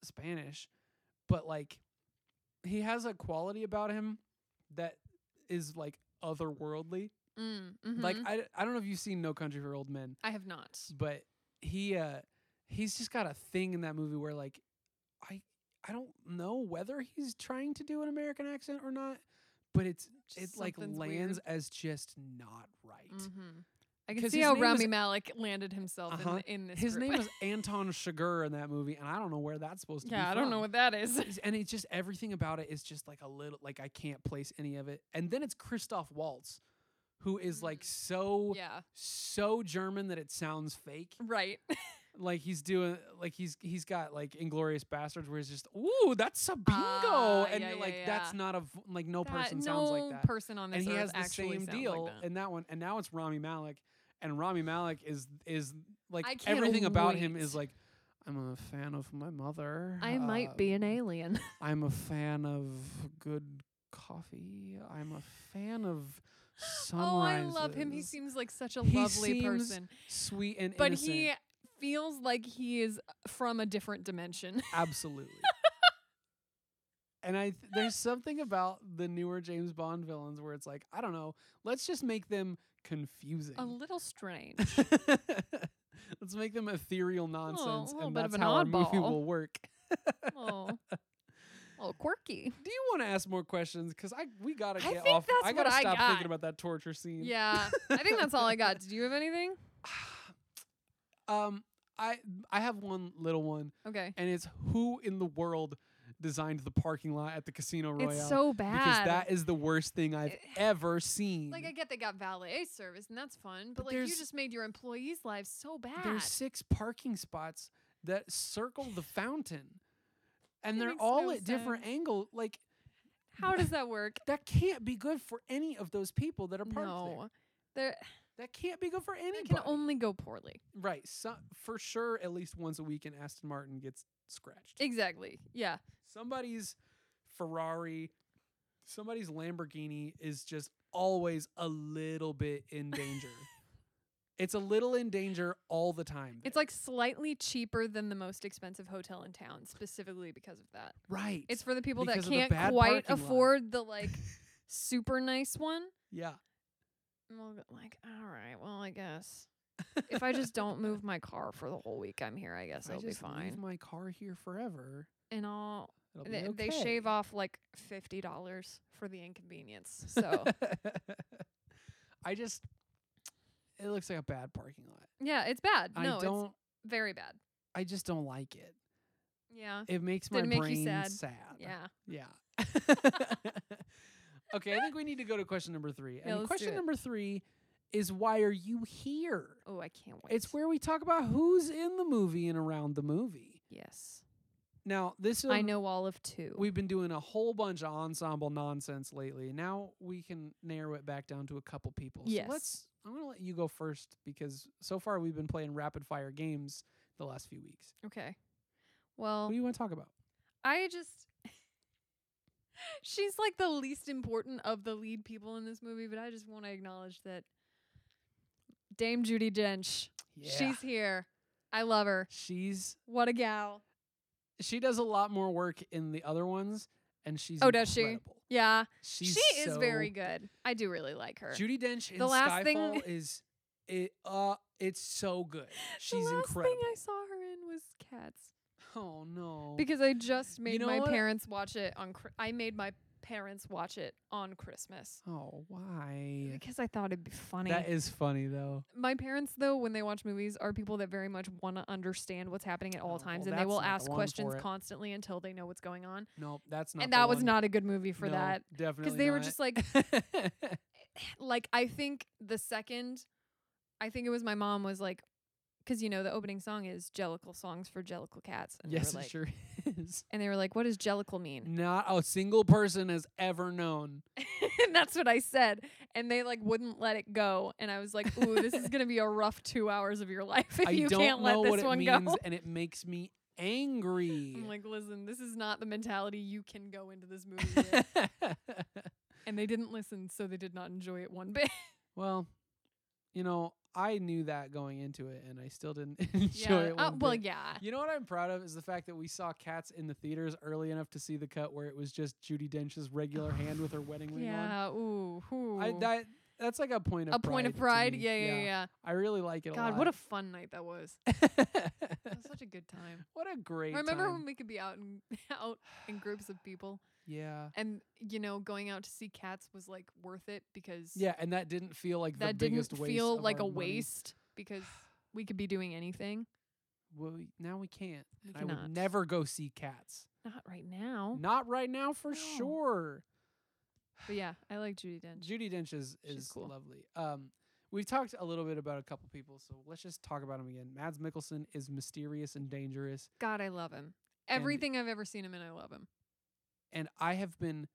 Spanish, but like he has a quality about him that is like otherworldly. (laughs) Mm, mhm. Like I, I don't know if you've seen No Country for Old Men, I have not. but he uh he's just got a thing in that movie where like I I don't know whether he's trying to do an American accent or not, but it's Just it like something's lands weird. as just not right. Mhm. I can 'Cause see his how name is- Rami Malik landed himself Uh-huh. in, th- in this. His group. name is Anton Chigurh in that movie, and I don't know where that's supposed to be. (laughs) yeah, I don't know from. what that is. It's- And it's just everything about it is just like a little like I can't place any of it. And then it's Christoph Waltz, who is like Mhm. so (laughs) yeah. so German that it sounds fake. Right. Like he's doing like he's he's got like Inglorious Bastards where he's just ooh that's a bingo Ah, and yeah, you're yeah, like that's yeah. not a v- like no That- person no sounds like that. person on this and he earth has the actually same sounds deal Like that. in that one and now it's Rami Malik and Rami Malik is is like I can't everything about him wait. is like I'm a fan of my mother. I uh, might be (laughs) an alien. I'm a fan of good coffee. I'm a fan of oh, I sunrises. love him. He seems like such a He lovely seems person. sweet and But innocent. (laughs) he feels like he is from a different dimension. (laughs) Absolutely. and I th- there's something about the newer James Bond villains where it's like, I don't know, let's just make them confusing. a little (laughs) strange. let's make them ethereal nonsense little and bit of that's an how our movie oddball. will work. oh. (laughs) A little quirky. Do you want to ask more questions cuz I we got to I get think off that's I gotta what I stop thinking got. about that torture scene. Yeah. I think that's all I (laughs) got. Did you have anything? (sighs) um I I have one little one Okay. and it's who in the world designed the parking lot at the Casino Royale? It's so Because bad. that is the worst thing I've It- ever seen. like I get they got valet service and that's fun, but, But like you there's- just made your employees' lives so bad. There's six parking spots that circle the fountain. And That they're makes all no at different sense. angles. Like How does that work? that can't be good for any of those people that are parked (laughs) there. No. There That can't be good for it anybody. can only go poorly. right. So, for sure, at least once a week, an Aston Martin gets scratched. Exactly. Yeah. somebody's Ferrari, somebody's Lamborghini is just always a little bit in (laughs) danger. it's a little in danger all the time. It's like slightly cheaper than the most expensive hotel in town, specifically because of that. right. It's for the people Because of that the can't bad quite parking lot. afford (laughs) the like super nice one. yeah. And we'll go like, all right, well, I guess if I just don't move my car for the whole week I'm here, I guess If I it'll be just Leave fine. my car here forever. and I'll It'll they, be they (laughs) shave okay. off like fifty dollars for the inconvenience. (laughs) So I just. It looks like a bad parking lot. yeah, it's bad. No, I it's don't. very bad. I just don't like it. Yeah, It makes my Did it make brain you sad? sad. yeah. Yeah. (laughs) okay, I think we need to go to question number three. Yeah, And let's do question it. number three is why are you here? Oh, I can't wait. It's where we talk about who's in the movie and around the movie. yes, Now, this is I know all of two. we've been doing a whole bunch of ensemble nonsense lately. Now we can narrow it back down to a couple people. Yes. So let's I'm gonna let you go first because so far we've been playing rapid fire games the last few weeks. okay. What Well, do you want to talk about? I just. (laughs) She's like the least important of the lead people in this movie, but I just want to acknowledge that Dame Judy Dench, she's here. I love her. she's What a gal. she does a lot more work in the other ones, and she's Oh, does she? incredible. Yeah, She's she is so- very good. I do really like her. Judi Dench in The last thing- Skyfall (laughs) is it. Uh, it's so good. She's the last incredible. thing I saw her in was Cats oh no! because I just made know my what? parents watch it on. Chri- I made my parents watch it on Christmas oh why? because I thought it'd be funny. That is funny though. my parents though when they watch movies are people that very much want to understand what's happening at all Oh, times well, and they will that's not the ask one questions for it. constantly until they know what's going on No, that's not. and the that was one. not a good movie for No, that Definitely because they (laughs) were just like (laughs) like i think the second i think it was my mom was like because you know the opening song is jellicle songs for jellicle cats and yes, they were it like sure (laughs) Mm. is. and they were like what does jellicle mean Not a single person has ever known. (laughs) and that's what i said and they like wouldn't let it go and i was like ooh this is gonna be a rough two hours of your life if I you don't can't let know this what it one means, go and it makes (laughs) me angry. (laughs) I'm like, listen, this is not the mentality you can go into this movie with. and they didn't listen, so they did not enjoy it one (laughs) bit. Well, you know, I knew that going into it, and I still didn't (laughs) enjoy it. Uh, one well, bit. yeah. You know what I'm proud of is the fact that we saw Cats in the theaters early enough to see the cut where it was just Judy Dench's regular hand with her wedding ring Yeah. Ooh. ooh. on. I that that's like a point of a point of to pride. me. Yeah, yeah, yeah. I really like it. God, a what a lot. fun night (laughs) that was. That was such a good time. what a great. I remember time. when we could be out and (laughs) out in groups of people yeah. and you know, going out to see cats was like worth it because Yeah, and that didn't feel like the that didn't biggest waste. feel of like our a money. waste because (sighs) we could be doing anything. Well, we- now we can't. We And I would cannot. never go see Cats. Not right now. Not right now for No. sure. But yeah, I like Judy Dench. Judy Dench is, She's is cool. lovely. Um, we've talked a little bit about a couple people, so let's just talk about him again. Mads Mikkelsen is mysterious and dangerous, God, I love him. And- Everything I've ever seen him in, I love him. and I have been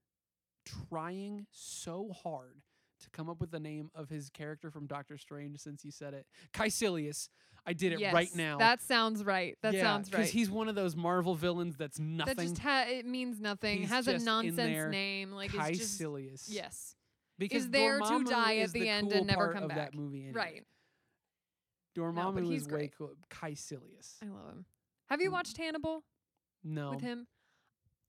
trying so hard to come up with the name of his character from Doctor Strange since you said it. Caecilius. I did it right Yes, now. That sounds right. That Yeah, sounds right. he's one of those Marvel villains that's nothing. That just ha- it means nothing. He's has a just in nonsense there, name. Like it's just Caecilius. yes, Because there to Dormammu die at is the end cool and never part come of back. That movie, anyway. right. Dormammu he's is way great. cool. Caecilius. I love him. Have you Mm. watched Hannibal No, with him?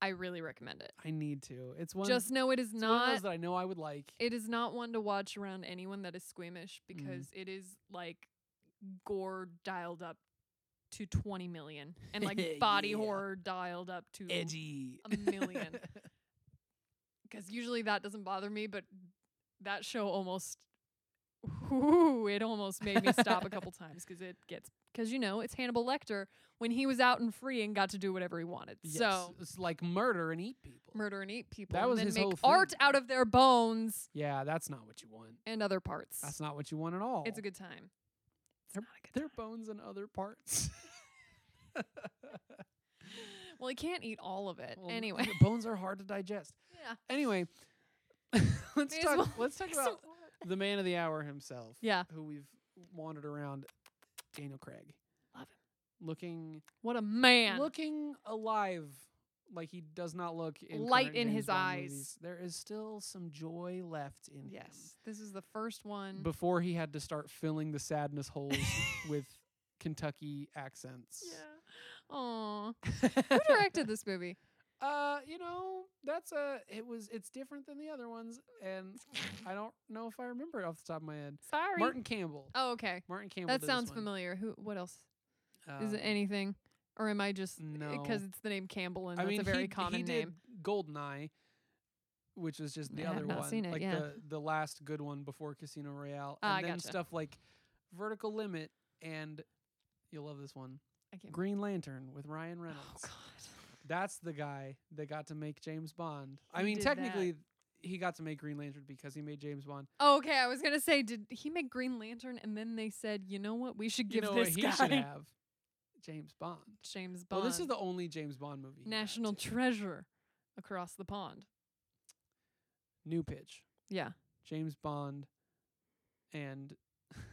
I really recommend it. I need to. It's one. Just know it is it's one of not. those that I know I would like. It is not one to watch around anyone that is squeamish Mm. because it is like gore dialed up to twenty million (laughs) and like body Yeah. horror dialed up to Edgy. a million. because usually that doesn't bother me, but that show almost, ooh, it almost made me stop (laughs) a couple times because it gets, because you know, it's Hannibal Lecter when he was out and free and got to do whatever he wanted. (laughs) Yes, So it's like murder and eat people. murder and eat people, That and was then his make whole art thing. out of their bones Yeah, that's not what you want. and other parts. That's not what you want at all. it's a good time. It's They're- not a good Their bones and other parts. time. Well, he can't eat all of (laughs) it Well, n- anyway. bones are hard to digest. yeah. Anyway, (laughs) let's May as talk. well Let's talk make (laughs) some about more. the man of the hour himself. Yeah. who we've wandered around, Daniel Craig. Love him. Looking, What a man. looking alive, like he does not look in Light current in James his Bond eyes. movies. There is still some joy left in him. Yes. This is the first one. Before he had to start filling the sadness (laughs) holes with Kentucky accents. yeah. Aw. Yeah. Who (laughs) directed this movie? Uh, you know, that's a it was it's different than the other ones, and I don't know if I remember it off the top of my head. Sorry. Martin Campbell. Oh, okay. Martin Campbell. did That this sounds one. familiar. Who? What else? Is Um, it anything? Or am I just no. because it's the name Campbell and I that's mean, a very he, common he name? Did Goldeneye, which was just the I have other not one, seen it, like yeah. the the last good one before Casino Royale, and Ah, I then gotcha. stuff like Vertical Limit and you'll love this one, I can't. Green Lantern with Ryan Oh Reynolds. God. That's the guy that got to make James Bond. I He mean, did that. technically, he got to make Green Lantern because he made James Bond. Oh, okay. I was gonna say, did he make Green Lantern? And then they said, you know what? We should you give know what this he guy should have? James Bond. (laughs) James Well, Bond. this is the only James Bond movie. he got (laughs) national to. treasure across the pond. new pitch. Yeah. James Bond and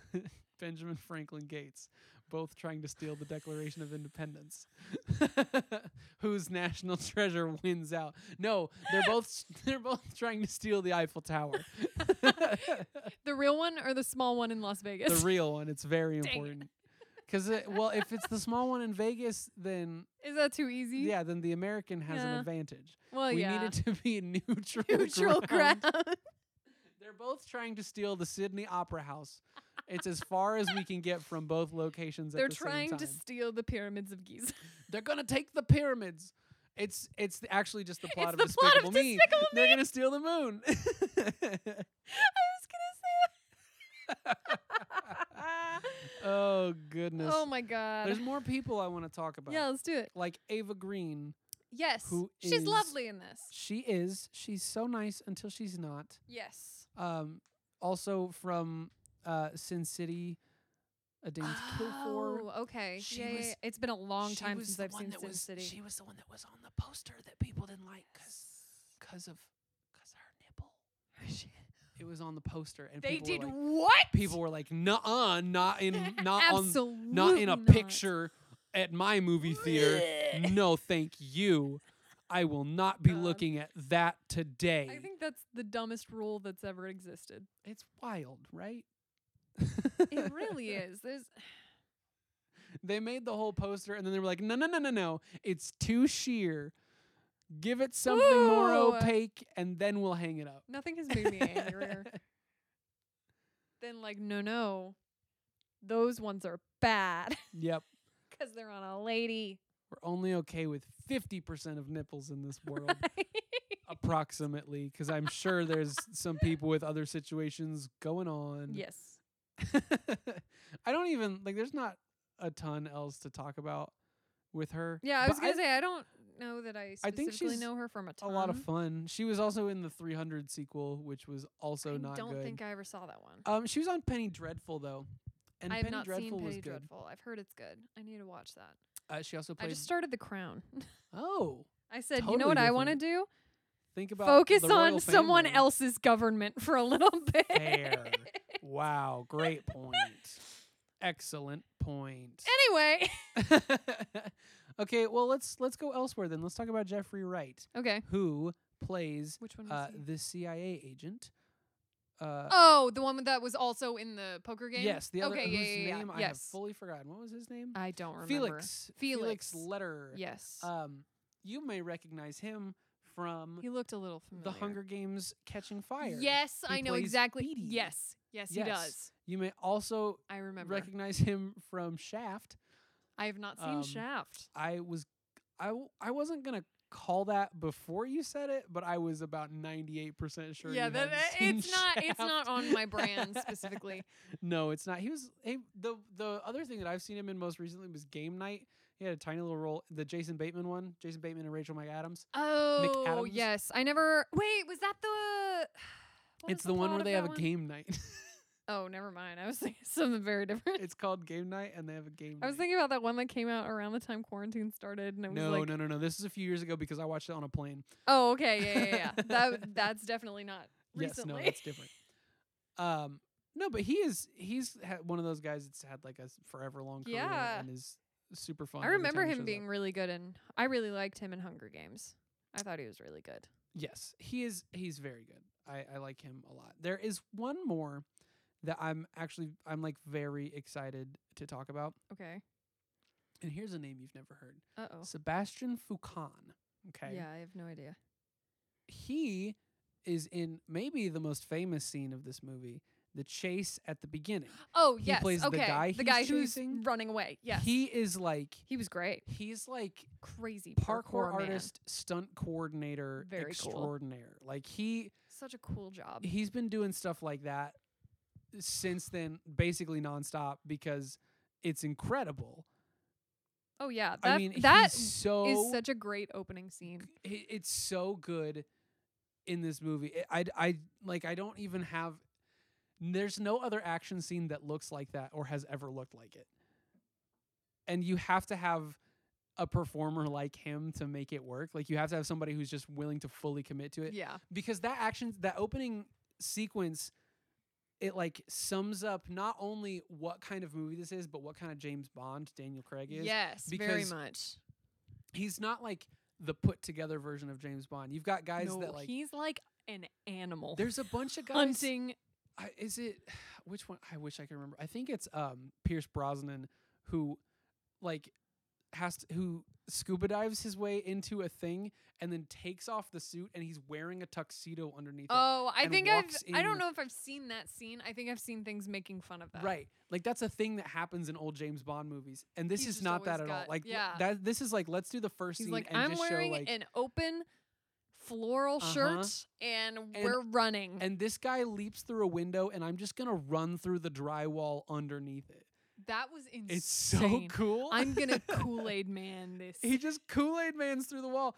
(laughs) Benjamin Franklin Gates, both trying to steal the Declaration of Independence. (laughs) Whose national treasure wins out? No, they're both s- (laughs) they're both trying to steal the Eiffel (laughs) Tower. the The real one or the small one in Las Vegas? real one. It's very Dang it. important. Because well, if it's the small one in Vegas, then (laughs) is that too easy? yeah, then the American has an Yeah. advantage. Well, we yeah. need it to be (laughs) neutral. (laughs) neutral ground. They're both trying to steal the Sydney Opera House. It's as far as we can get from both locations They're at the trying same to time. steal the pyramids of Giza. (laughs) They're gonna take the pyramids. It's it's th- actually just the plot, the of, plot of Despicable Me. Despicable They're gonna steal the moon. I was gonna say that. (laughs) oh goodness. oh my god. There's more people I want to talk about. yeah, let's do it. Like Ava Green. Yes. Who She's is- lovely in this. She is. She's so nice until she's not. Yes. Um, also from uh, Sin City, A Dame to Kill For. Oh, okay. She yeah, yeah, was- yeah. It's been a long She time was since the I've one seen that Sin was- City. She was the one that was on the poster that people didn't like because of because her nipple. It was on the poster, and Oh, they people did were like, what? (laughs) people were like, "Nuh-uh, not (laughs) in, not on, Absolutely not in a picture at my movie theater. Blech. no, thank you. I will not be God. looking at that today. I think that's the dumbest rule that's ever existed. it's wild, right? It (laughs) really is. There's They made the whole poster, and then they were like, "No, no, no, no, no! It's too sheer. Give it something more Ooh. opaque, and then we'll hang it up." nothing has made me (laughs) angrier than like no no. Those ones are bad (laughs) Yep. because they're on a lady. We're only okay with 50% of nipples in this (laughs) world, approximately, because I'm sure there's some people with other situations going on. yes. (laughs) I don't even, like, there's not a ton else to talk about with her. Yeah, I but was gonna say I don't know that I I specifically think she's know her from a A ton. lot of fun. She was also in the 300 sequel, which was also I not don't good. think I ever saw that one. um, she was on Penny Dreadful though, and I have Penny not Dreadful seen was Penny good. Dreadful. I've heard it's good. I need to watch that. Uh, she also I played. just started The Crown. (laughs) oh, I said, you know Totally what I want to different. do? Think about Focus the royal on someone family. else's government for a little (laughs) bit. (laughs) Fair. wow, great point. Excellent point. Anyway. (laughs) (laughs) okay, well let's let's go elsewhere then. Let's talk about Jeffrey Wright, Okay. who plays Which one was uh, he? the CIA agent. Uh, Oh, the one that was also in the poker game? yes, the other okay, whose yeah, yeah, yeah, name I have yes. fully forgotten. What was his name? I don't remember. Felix. Felix. Letter. Yes. Um, you may recognize him from he looked a little familiar. The Hunger Games: Catching Fire. Yes, He I know plays exactly. Speedy. Yes. yes. Yes. he does. You may also I remember. recognize him from Shaft. I have not seen um, Shaft. I was I w- I wasn't gonna call that before you said it, but I was about ninety eight percent sure. yeah, you that, hadn't uh, seen it's not it's not Shaft. (laughs) on my brand specifically. no, it's not. He was he, the the other thing that I've seen him in most recently was Game Night. He had a tiny little role, the Jason Bateman one, Jason Bateman and Rachel McAdams. Oh Adams? yes, I never. Wait, was that the? (sighs) what it's was the, one plot where of they that have a one? game night. (laughs) Oh, never mind. I was thinking (laughs) something very different. it's called Game Night, and they have a game. I was night. thinking about that one that came out around the time quarantine started, and it was No, like, no, no, no. This is a few years ago because I watched it on a plane. oh, okay, yeah, yeah, yeah. (laughs) that that's definitely not Yes, no, recently. that's different. Um, no, but he is he's ha- one of those guys that's had like a s- forever long career Yeah. and is super fun. (laughs) I every remember time he shows him up. being really good, and I really liked him in Hunger Games. I thought he was really good. yes, he is. He's very good. I, I like him a lot. There is one more that I'm actually I'm like very excited to talk about, Okay. and here's a name you've never heard: Uh oh. Sebastian Foucan. Okay, Yeah, I have no idea. he is in maybe the most famous scene of this movie, the chase at the beginning. Oh He yes, plays the okay. guy he's who's chasing. running away. Yes, he, He is like was great. he's like Crazy parkour, man. artist, stunt coordinator Very cool. extraordinaire. Like he Such a cool job. he's been doing stuff like that since then, basically nonstop because it's incredible. Oh yeah, that I mean, that he's so is such a great opening scene. he- it's so good in this movie. I I I- like I don't even have. There's no other action scene that looks like that or has ever looked like it. And you have to have a performer like him to make it work. Like you have to have somebody who's just willing to fully commit to it. Yeah. because that action that opening sequence it like sums up not only what kind of movie this is but what kind of james bond daniel craig is Yes, very because much. he's not like the put together version of james bond you've got guys no, that like he's like an animal. there's a (sighs) bunch of guys hunting. I, is it (sighs) which one i wish i could remember i think it's um pierce brosnan who like has to, who scuba dives his way into a thing and then takes off the suit and he's wearing a tuxedo underneath it. Oh, I and think I've. walks I in- don't know if I've seen that scene. I think I've seen things making fun of that. Right. Like that's a thing that happens in old James Bond movies. And this He's is just not that at always all. got- Like l- yeah. that this is like let's do the first He's scene like, and I'm just wearing show like an open floral Uh-huh. shirt, and, we're running. and this guy leaps through a window and I'm just going to run through the drywall underneath it. that was insane. It's so cool. I'm gonna Kool Aid man this. (laughs) he just Kool-Aid mans through the wall.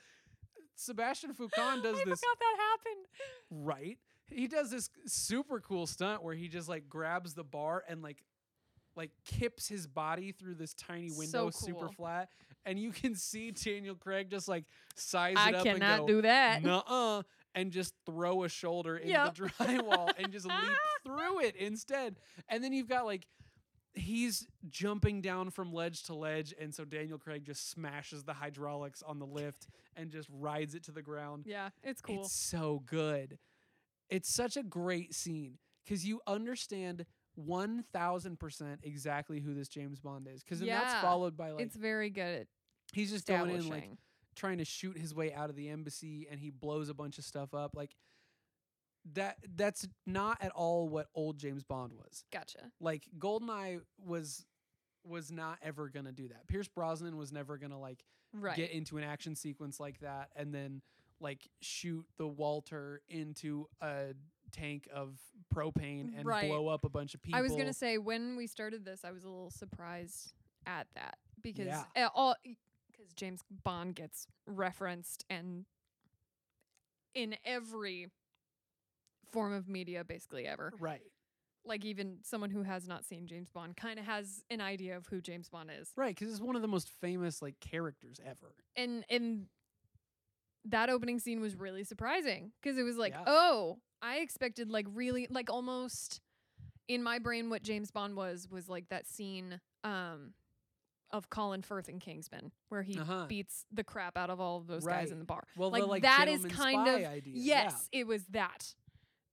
Sebastian (gasps) Foucan does I this forgot that happened. right. He does this super cool stunt where he just like grabs the bar and like like kips his body through this tiny So window super cool. flat and you can see Daniel Craig just like size it I up and go, cannot do that. (laughs) nuh-uh, and just throw a shoulder into Yep. the drywall and just (laughs) leap through it instead. And then you've got like he's jumping down from ledge to ledge, and so Daniel Craig just smashes the hydraulics on the lift and just rides it to the ground. Yeah, it's cool. It's so good. It's such a great scene because you understand. 1000% exactly who this James Bond is cuz then that's Yeah. followed by like it's very good at he's just going in establishing. like trying to shoot his way out of the embassy and he blows a bunch of stuff up like that that's not at all what old James Bond was. gotcha. Like Goldeneye was was not ever going to do that. Pierce Brosnan was never going to like Right. get into an action sequence like that and then like shoot the Walter into a tank of propane and Right. blow up a bunch of people. I was gonna say when we started this, I was a little surprised at that because Yeah. uh, all because James Bond gets referenced and in every form of media basically ever. right. Like even someone who has not seen James Bond kind of has an idea of who James Bond is. Right, cuz it's one of the most famous like characters ever. And and that opening scene was really surprising because it was like, Yeah. oh, I expected like really like almost in my brain what James Bond was was like that scene um of Colin Firth in Kingsman where he Uh-huh. beats the crap out of all of those guys Right. in the bar. Well, Like, the, like that is gentleman kind spy of- idea. yeah. Yes, it was that.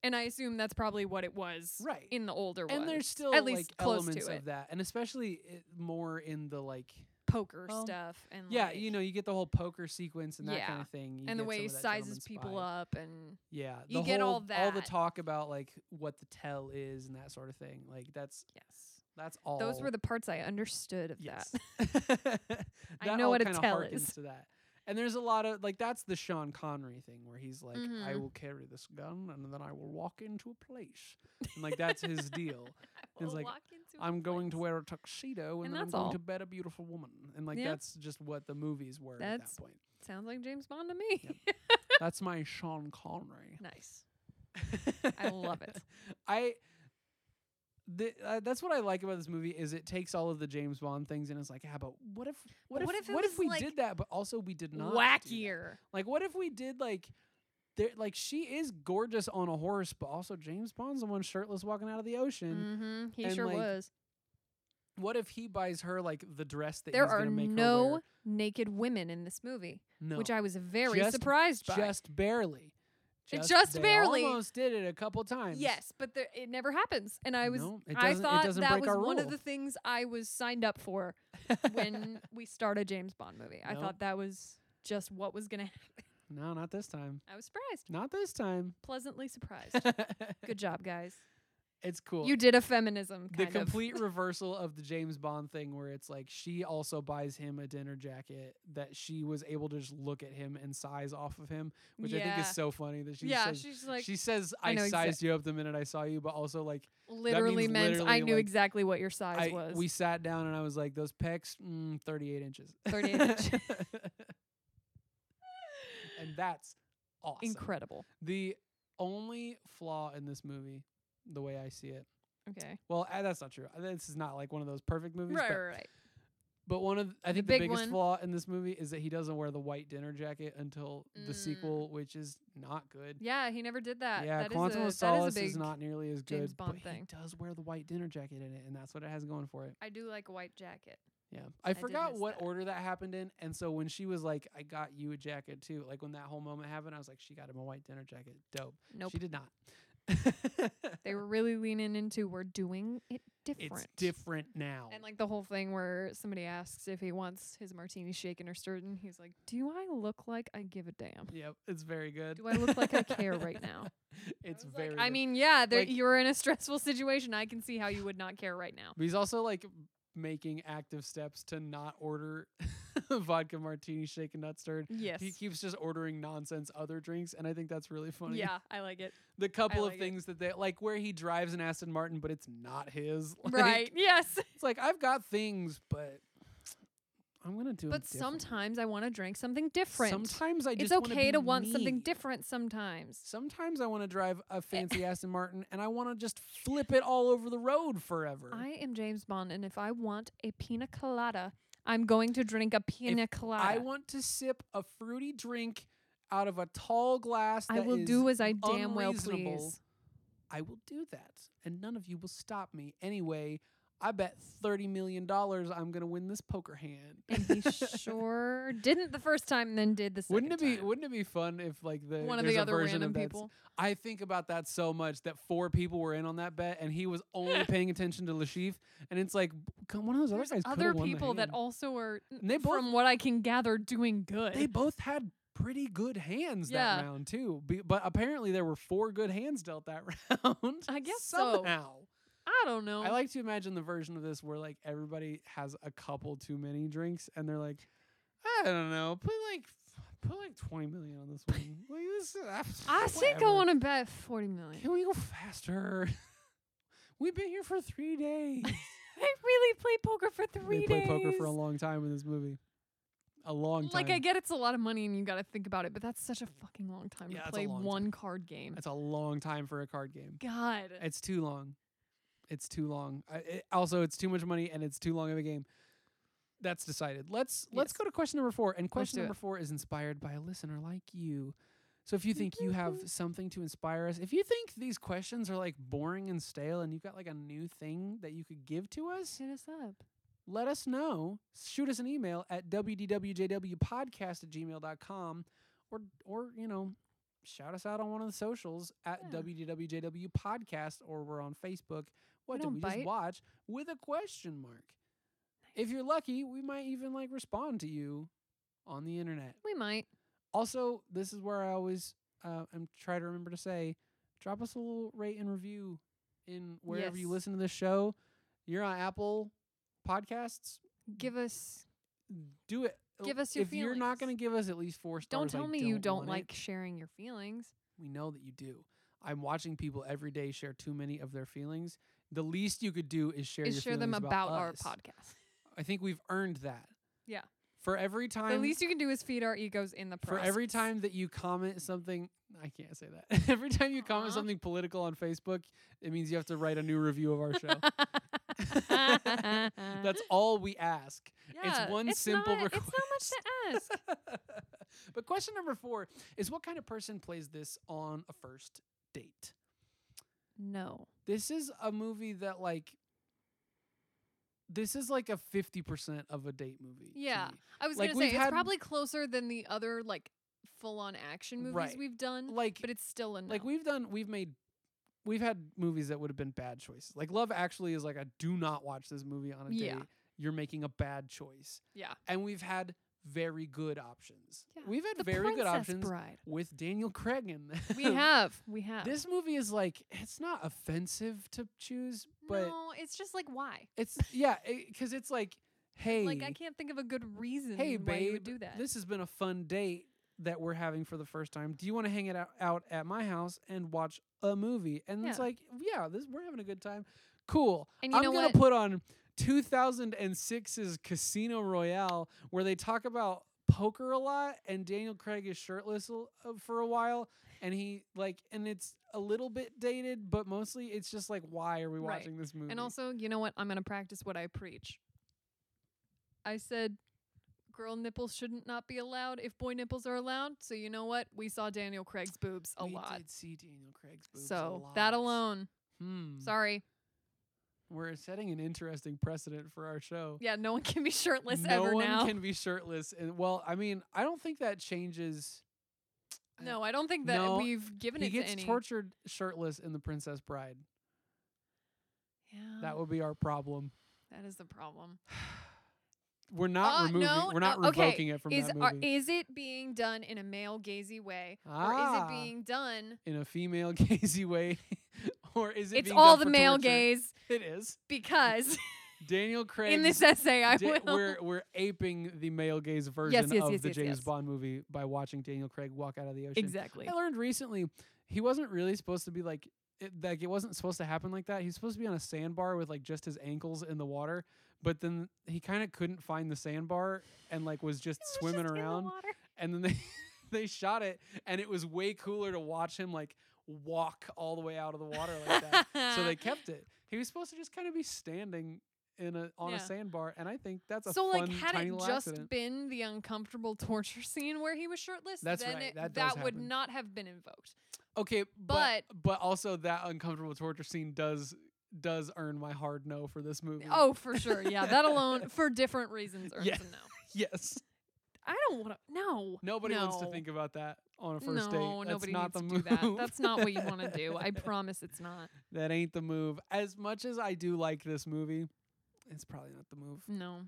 And I assume that's probably what it was right. in the older one. and there's still at least like close to elements it. of that, and especially it, more in the like. poker Well, stuff and Yeah, like, you know, you get the whole poker sequence and that kind Yeah. of thing. You and the get way some he of that sizes gentleman people spy. up and Yeah, You the get all whole- all the that. talk about like what the tell is and that sort of thing. Like that's yes. that's all. Those were the parts I understood of (laughs) yes. that. (laughs) That know all what a kinda tell harkens is. To that. And there's a lot of like that's the Sean Connery thing where he's like, I Mhm. will carry this gun and then I will walk into a place, and like that's his deal. It's We'll like, walk into a I'm going to place. wear a tuxedo and, And then I'm that's going all. to bed a beautiful woman. And like Yeah. that's just what the movies were at That's- that point. Sounds like James Bond to me. (laughs) That's my Sean Connery. nice. (laughs) I love it. (laughs) I th- uh, that's what I like about this movie is it takes all of the James Bond things and it's like, yeah, but what if what, But what if, if it what if was, we like, did that but also we did not do that? Wackier. Like what if we did like there like she is gorgeous on a horse but also James Bond's the one shirtless walking out of the ocean. Mm-hmm. He and, sure like, was. What if he buys her like the dress that Mm. There he's are gonna make her no wear? naked women in this movie, No. which I was very Just- surprised by. just barely. It just they barely. Almost did it a couple times. yes, but there, it never happens, and I was. No, it I doesn't- it thought doesn't that break was our one of rule. the things I was signed up (laughs) for (laughs) when we start a James Bond movie. I No. thought that was just what was going to happen. no, not this time. I was surprised, Not this (laughs) time. (laughs) pleasantly surprised. Good job, guys. it's cool. You did a feminism. the Kind of. complete reversal of the James Bond thing where it's like she also buys him a dinner jacket that she was able to just look at him and size off of him, which I think Yeah. is so funny that she yeah, says she's like she says I, I know exa- sized you up the minute I saw you, but also like literally means meant I literally, knew like, exactly what your size I was. we sat down and I was like those pecs mm, 38 inches. (laughs) 38 (laughs) inches. and that's awesome. Incredible. The only flaw in this movie, the way I see it, Okay. well, uh, that's not true. Uh, This is not like one of those perfect movies, Right, but, right, right. but one of th- I think the big biggest one. flaw in this movie is that he doesn't wear the white dinner jacket until the Mm. sequel, which is not good. Yeah, he never did that. yeah, That is Quantum a, of Solace that is, a big, not nearly as good, James Bond but thing. he does wear the white dinner jacket in it, and that's what it has going for it. I do like a white jacket. Yeah, I, did forgot miss what that. order that happened in, and so when she was like, "I got you a jacket too," like when that whole moment happened, I was like, "She got him a white dinner jacket, dope." Nope. She did not. (laughs) They were really leaning into we're doing it different. it's different now. And like the whole thing where somebody asks if he wants his martini shaken or stirred, and he's like, "Do I look like I give a damn? Yep, it's very good. Do I look (laughs) like I care right now?" It's I was very. Like, I good. mean, yeah, there, Like- you're in a stressful situation. I can see how you would not care right now. But he's also like making active steps to not order (laughs) vodka martini shaken not stirred. Yes. He keeps just ordering nonsense other drinks, and I think that's really funny. Yeah, I like it. the couple like of it. things that they like, where he drives an Aston Martin, but it's not his. (laughs) (laughs) Like, right. Yes. It's like I've got things, but I'm gonna do. 'em But differently." sometimes I want to drink something different. sometimes I it's just wanna okay be to want something Eh. me. different sometimes. Sometimes I want to drive a fancy Aston Martin, and I want to just flip it all over the road forever. I am James Bond, and if I want a pina colada, I'm going to drink a pina colada. I want to sip a fruity drink out of a tall glass. I that will is do as I damn well unreasonable. please. I will do that, and none of you will stop me. Anyway, I bet thirty million dollars I'm gonna win this poker hand. And (laughs) he sure didn't the first time, and then did the 2nd Wouldn't it be time. Wouldn't it be fun if like the one of there's the a other version random of that s- people? I think about that so much that four people were in on that bet, and he was (laughs) only paying attention to Lashif. And it's like c- one of those other guys. There's coulda other won the people that hand. also are, And they both from what I can gather, doing good. they both had pretty good hands Yeah. that round too. Be- but apparently there were four good hands dealt that (laughs) round. I guess so. Um, somehow. I don't know. I like to imagine the version of this where like everybody has a couple too many drinks and they're like, I don't know, put like put like twenty million on this one. like this, ah, (laughs) I think I want to bet forty million. Can we go faster? (laughs) We've been here for three (laughs) days. They really play poker for three they play days. poker for a long time in this movie. A long time. Like I get it's a lot of money and you got to think about it, but that's such a fucking long time Yeah, to it's a play long time. one card game. That's a long time for a card game. God. It's too long. It's too long. I, it, also, it's too much money and it's too long of a game. that's decided. Let's let's Yes. go to question number four. And question do it. number four is inspired by a listener like you. So if you think you have Mm-hmm. something to inspire us, if you think these questions are like boring and stale and you've got like a new thing that you could give to us, Hit us up. let us know. Shoot us an email at wdwjwpodcast at gmail.com or or you know, shout us out on one of the socials at Yeah. wdwjw podcast or we're on Facebook. What did don't we bite. just watch with a question mark? If you're lucky, we might even like respond to you on the internet. We might. Also, this is where I always uh, am try to remember to say, drop us a little rate and review in wherever you Yes. listen to this show. You're on Apple Podcasts. Give us Do it. L- Give us your if you're not going feelings. to give us at least four stars. Don't I tell me you don't want it. like sharing your feelings. We know that you do. I'm watching people every day share too many of their feelings. The least you could do is share Is your share them feelings about, our us. podcast. I think we've earned that. Yeah. For every time the least you can do is feed our egos in the for process. every (laughs) time that you comment something I can't say that. (laughs) every time you comment Aw. something political on Facebook, it means you have to write a new review of our (laughs) show. (laughs) That's all we ask. (laughs) Yeah, one simple not, It's not (laughs) much to ask. but question number 4 is what kind of person plays this on a first date? no. This is a movie that like this is like a 50% of a date movie. to Yeah. me. I was Like, gonna we've say it's had- probably closer than the other like full on action movies Right. we've done. Like but it's still a no. Like we've done, we've made, we've had movies that would have been bad choices. Like Love Actually is like a do not watch this movie on a Yeah. date. You're making a bad choice. Yeah. And we've had very good options. Yeah. We've had the very good Princess options Bride. with Daniel Craig in them. We have. We have. (laughs) (laughs) This movie is like it's not offensive to choose, but no, it's just like why? it's yeah, because it's like, hey, Like I can't think of a good reason hey, why you would babe, do that. this has been a fun date that we're having for the first time. Do you want to hang it out, out at my house and watch a movie? And it's Yeah. like, yeah, this we're having a good time. Cool. and you I'm know gonna what? put on 2006's Casino Royale, where they talk about poker a lot, and Daniel Craig is shirtless l- uh, for a while, and he like, and it's a little bit dated, but mostly it's just like, why are we Right. watching this movie? And also, you know what? I'm going to practice what I preach. I said girl nipples shouldn't not be allowed if boy nipples are allowed. So you know what? We saw Daniel Craig's boobs a we lot. did see Daniel Craig's boobs. a So that lot. alone. Hmm. Sorry. We're setting an interesting precedent for our show. Yeah, no one can be shirtless no ever one now. can be shirtless, and well, I mean, I don't think that changes. no, I don't think that No, we've given He it gets to any. tortured shirtless in The Princess Bride. yeah, That would be our problem. that is the problem. We're not Uh, removing. no, we're not no, okay. revoking it from Is that are, movie. is it being done in a male gazy way, or Ah. is it being done? in a female (laughs) gazy way, or is it? it's being all done the for male torture? gaze It is because (laughs) Daniel Craig. in this (laughs) essay I will. (laughs) We're we're aping the male gaze version yes, of yes, the yes, James yes. Bond movie by watching Daniel Craig walk out of the ocean. Exactly. I learned recently he wasn't really supposed to be like it, like it wasn't supposed to happen like that. He's supposed to be on a sandbar with like just his ankles in the water, but then he kind of couldn't find the sandbar and like was just swimming around. (laughs) And then they (laughs) they shot it, and it was way cooler to watch him like walk all the way out of the water like that. so (laughs) they kept it. He was supposed to just kind of be standing in a on a Yeah. sandbar, and I think that's a so fun like had tiny it little just accident. been the uncomfortable torture scene where he was shirtless, That's then right, it- that that, does would happen. not have been invoked. Okay, but, but also that uncomfortable torture scene does does earn my hard no for this movie. Oh, for sure. Yeah, (laughs) that alone for different reasons earns Yeah. him no. yes. I don't want to. No. Nobody wants to No. think about that on a first date. no, That's nobody not needs the move. to do that. That's not what you want to do. I promise it's not. (laughs) that ain't the move. As much as I do like this movie, it's probably not the move. No.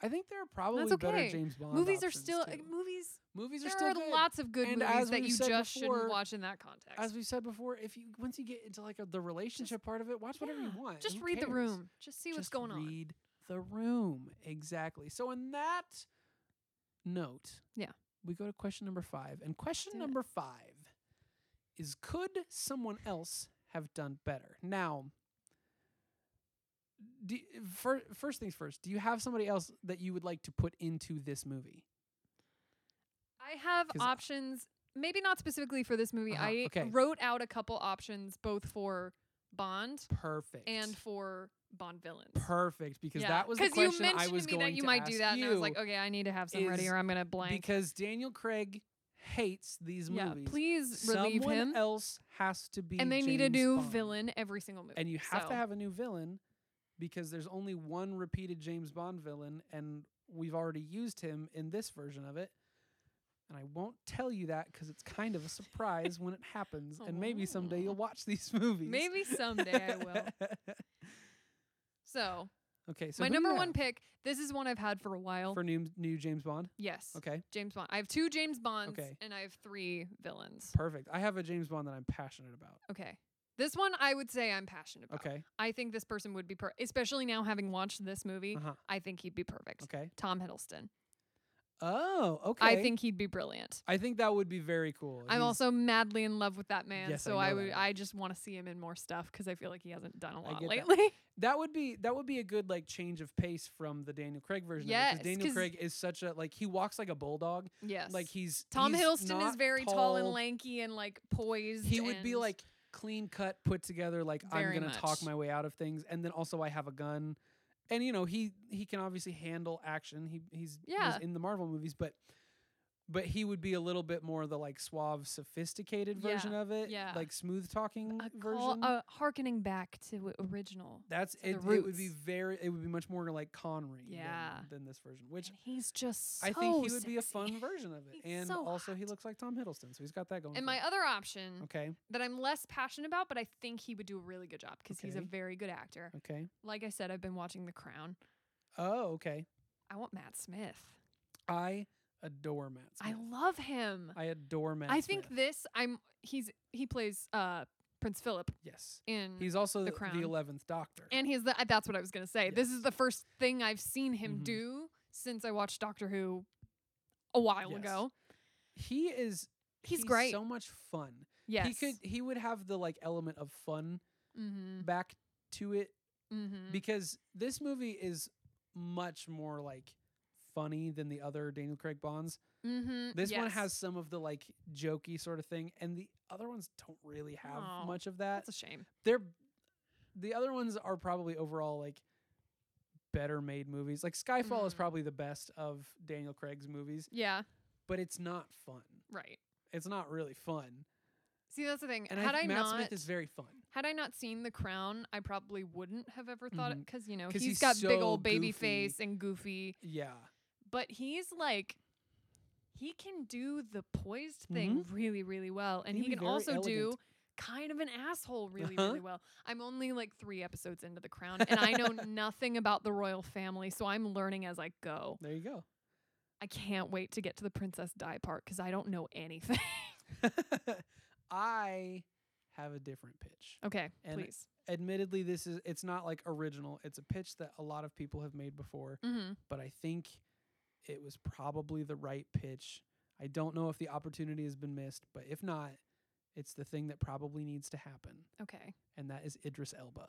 I think there are probably better okay. James Bond. movies are options, still Oh, too. uh, movies. movies are There still are good. lots of good And as movies that we've you said just before- shouldn't watch in that context. As we said before, if you once you get into like a, the relationship part of it, watch whatever you Yeah, want. Just Who read the cares? room. Just see what's Just going on. Read the room. Exactly. So in that note, Yeah. we go to question number five. And question do it. number five is could someone else have done better? Now do, fir- first things first, do you have somebody else that you would like to put into this movie? I have 'Cause I- options, maybe not specifically for this movie. Uh-huh, I okay. wrote out a couple options both for Bond Perfect. and for Bond villains. perfect because Yeah. that was the 'Cause you question mentioned I to was me going that you to might ask do that, and I was like, you okay, I need to have some ready, is or I'm gonna blank. because Daniel Craig hates these yeah, movies. please relieve Someone him. else has to be and they need a James new Bond. villain every single movie. and you have so. to have a new villain because there's only one repeated James Bond villain, and we've already used him in this version of it. And I won't tell you that because it's kind of a surprise when it happens, and maybe someday Oh. you'll watch these (laughs) movies. Maybe someday (laughs) I will. So okay, so my who do number you one have pick. This is one I've had for a while. for new new James Bond. yes, Okay, James Bond. I have two James Bonds, Okay. and I have three villains. perfect. I have a James Bond that I'm passionate about. Okay, this one I would say I'm passionate about. Okay, I think this person would be per, especially now having watched this movie. Uh-huh. I think he'd be perfect. okay. Tom Hiddleston. Oh, okay. I think he'd be brilliant. I think that would be very cool. I'm He's- also madly in love with that man, Yes, I so I, know that would. guy. I just want to see him in more stuff because I feel like he hasn't done a I lot get that. lately. (laughs) that would be that would be a good like change of pace from the Daniel Craig version. of it, 'cause Yes, Daniel 'cause- Craig is such a like he walks like a bulldog. yes, Like he's Tom he's Hiddleston is not very tall and lanky and like poised. He would be and- like clean cut, put together. Like I'm Very gonna talk much. my way out of things, and then also I have a gun, and you know he he can obviously handle action. He he's was Yeah. in the Marvel movies, but. But he would be a little bit more the like suave, sophisticated version Yeah, of it, yeah. like smooth talking a call, version. uh, harkening back to i- original. That's So the it, it. Would be roots. very. It would be much more like Connery. than- Yeah. Than, this version, which And he's just. I think he so would be a sexy. fun version (laughs) of it. He's and so also, he hot. looks like Tom Hiddleston, so he's got that going. And for my him. other option okay, that I'm less passionate about, but I think he would do a really good job because he's a Okay. very good actor. okay. Like I said, I've been watching The Crown. Oh, okay. I want Matt Smith. I adore Matt. I Smith. love him. I adore Matt. I think Smith. this. I'm. He's. He plays uh Prince Philip yes, in. he's also the Crown. eleventh Doctor. and he's the. That's what I was gonna say. This is the first thing I've seen him Mhm. do since I watched Doctor Who, a while Yes. ago. he is. He's, great. So much fun. yes. He could. He would have the like element of fun Mm-hmm. back to it Mm-hmm. because this movie is much more like funny than the other Daniel Craig Bonds. Mm-hmm. This one has some of the like jokey sort of thing, and the other ones don't really have Oh, much of that. That's a shame. They're the other ones are probably overall like better made movies. Like Skyfall is Mm. probably the best of Daniel Craig's movies, Yeah. but it's not fun. Right. It's not really fun. See, that's the thing. And had I, I, Matt not Smith is very fun had I not seen The Crown, I probably wouldn't have ever thought it because you know Mm-hmm. 'Cause he's he's got so big old baby goofy. face and goofy, Yeah, but he's like. He can do the poised thing really, really well, Mm-hmm. and He'd he, be can very also do elegant. kind of an asshole really, Uh-huh. really well. I'm only like three episodes into The Crown, and I (laughs) know nothing about the royal family, so I'm learning as I go. there you go. (laughs) I can't wait to get to the Princess Di part because I don't know anything. (laughs) I have a different pitch. okay, And- please. Admittedly, this is it's not like original. It's a pitch that a lot of people have made before. Mm-hmm. but I think it was probably the right pitch. I don't know if the opportunity has been missed, but if not, it's the thing that probably needs to happen, Okay. and that is Idris Elba.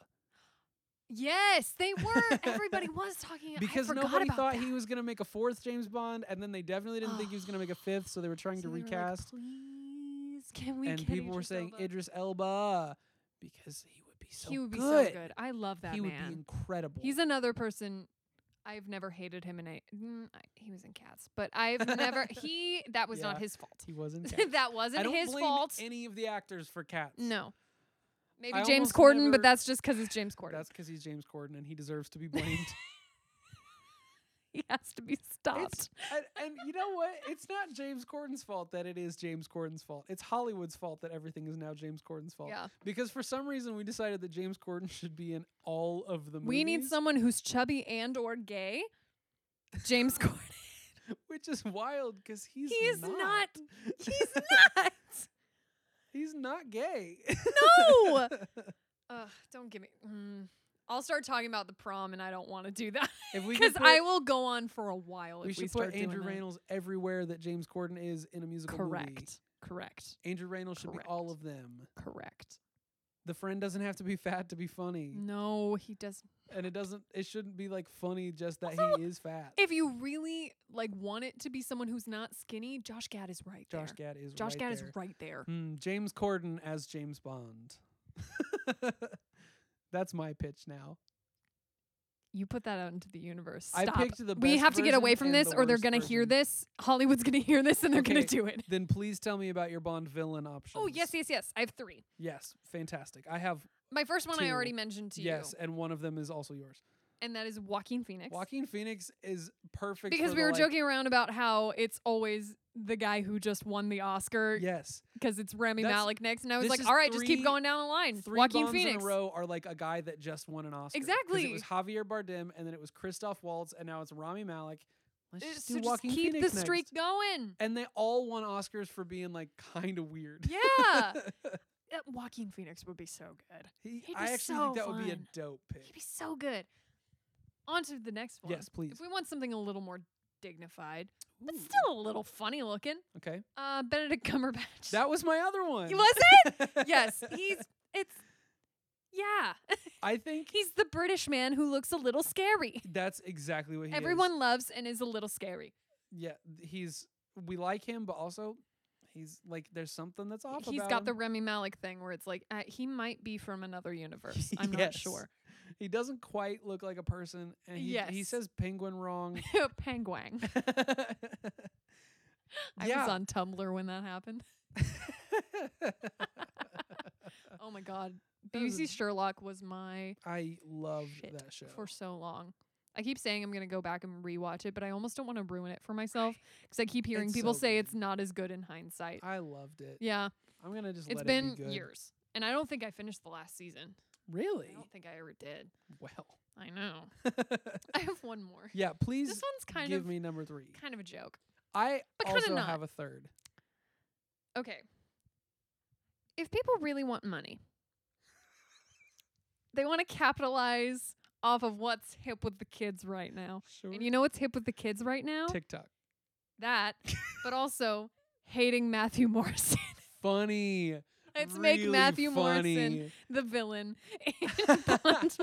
Yes, they were. Everybody (laughs) was talking. Because I forgot nobody about thought that. he was going to make a fourth James Bond, and then they definitely didn't think he was going to (sighs) make a fifth, so they were trying to So they were like, recast, please, can we? and get people were Idris saying Elba?" Idris Elba because he would be so he would be good. so good. I love that he would be man. incredible. He's another person. I've never hated him in a. Mm, I, he was in Cats, but I've (laughs) never. He that was Yeah. not his fault. he wasn't. (laughs) Cats. that wasn't I don't his blame fault. any of the actors for cats. no. Maybe I James almost Corden, never- but that's just because it's James Corden. that's because he's James Corden, and he deserves to be blamed. (laughs) he has to be stopped. It's, and, and you know what? It's not James Corden's fault that it is James Corden's fault. It's Hollywood's fault that everything is now James Corden's fault. yeah. Because for some reason we decided that James Corden should be in all of the movies. We need someone who's chubby and or gay. (laughs) James Corden. which is wild because he's He's not, not- He's (laughs) not. he's not gay. (laughs) No. Ugh, don't give me. Mm. I'll start talking about the prom, and I don't want to do that if we could because put, I will go on for a while. we if we should start put Andrew doing Reynolds everywhere that James Corden is in a that. musical movie. Correct. Correct. Andrew Reynolds should Correct. be all of them. Correct. The friend doesn't have to be fat to be funny, No, he does. and it doesn't. It shouldn't be like funny just that Also, he is fat. If you really like want it to be someone who's not skinny, Josh Gad is right Josh there. Gad is right Josh Hmm. Gad there. is right there. Hmm, James Corden as James Bond. (laughs) That's my pitch now. You put that out into the universe. I Stop. picked the we best have to get away version from and this, the or they're worst gonna hear version. this. Hollywood's gonna hear this, and they're gonna Okay. do it. Then please tell me about your Bond villain options. Oh yes, yes, yes. I have three. Yes, fantastic. I have My first one I Two. already mentioned to yes, you, and one of them is also yours. and that is Joaquin Phoenix. Joaquin Phoenix is perfect because for the, we were like- joking around about how it's always the guy who just won the Oscar Yes, because it's Rami That's- Malik next, and I was this like, is all right, just keep three- going down the line. three Joaquin bombs Phoenix. in a row are like a guy that just won an Oscar. 'Cause Exactly. it was Javier Bardem, and then it was Christoph Waltz, and now it's Rami Malek. Let's Uh, just so do just Joaquin keep Phoenix the streak next. going. (laughs) And they all won Oscars for being like (laughs) kind of weird. Yeah, (laughs) Uh, Joaquin Phoenix would be so good. he, He'd I be actually so think that would be a fun. dope He'd pick. be so good. On to the next one. Yes, please. If we want something a little more dignified, but Ooh, still a little funny looking, okay, uh, Benedict Cumberbatch. that was my other one. (laughs) was it? yes, he's it's yeah, I think he's the British man who looks a little scary. that's exactly what he Everyone is. loves and is a little scary. Yeah, th- he's we like him, but also he's like there's something that's off. He's about got him. the Remy Malik thing where it's like uh, he might be from another universe. I'm not Yes. sure. (laughs) He doesn't quite look like a person, and he, he Yes. says penguin (laughs) wrong. (laughs) Pangwang. I yeah, was on Tumblr when that happened. Oh my god. Uh, That was BBC a- Sherlock was my I loved Shit that show. for so long. I keep saying I'm going to go back and rewatch it, but I almost don't want to ruin it for myself because I keep hearing It's people so say good. it's not as good in hindsight. I loved it. yeah, I'm gonna just. it's let been it be good. years. And I don't think I finished the last season. I Really? don't think I ever did. Well. (laughs) I know. (laughs) I have one more. yeah. Please This one's kind give of me number three. kind of a joke. I but kinda also not. have a third. Okay. If people really want money, they want to capitalize off of what's hip with the kids right now. Sure. And you know what's hip with the kids right now? TikTok. (laughs) that, but also hating Matthew Morrison. (laughs) Funny. Let's make Really Matthew Morrison funny. the villain in (laughs) (laughs) Bond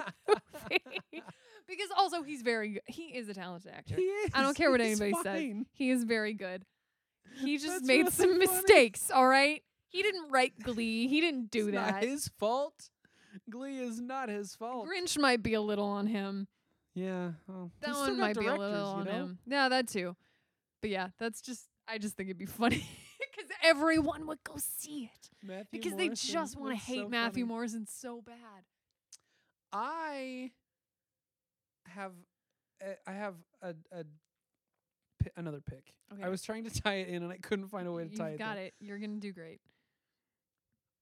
movie. because also he's very good. He is a talented actor. He is. I don't care what He's anybody fine. says. He is very good. (laughs) He just That's made really some funny. mistakes, all right? He didn't write Glee. He didn't do it's that. Not his fault. Glee is not his fault. Grinch might be a little on him. Yeah. well, That he's still one got might be a directors, little on you know? him. Yeah, that too. But yeah, that's just I just think it'd be (laughs) funny because everyone would go see it. Matthew because they just want to hate Matthew Morrison so bad. I eh, have, a- I have a, a pi- another pick. Okay. I was trying to tie it in and I couldn't find a way to tie You've it. got though. it. You're gonna do great.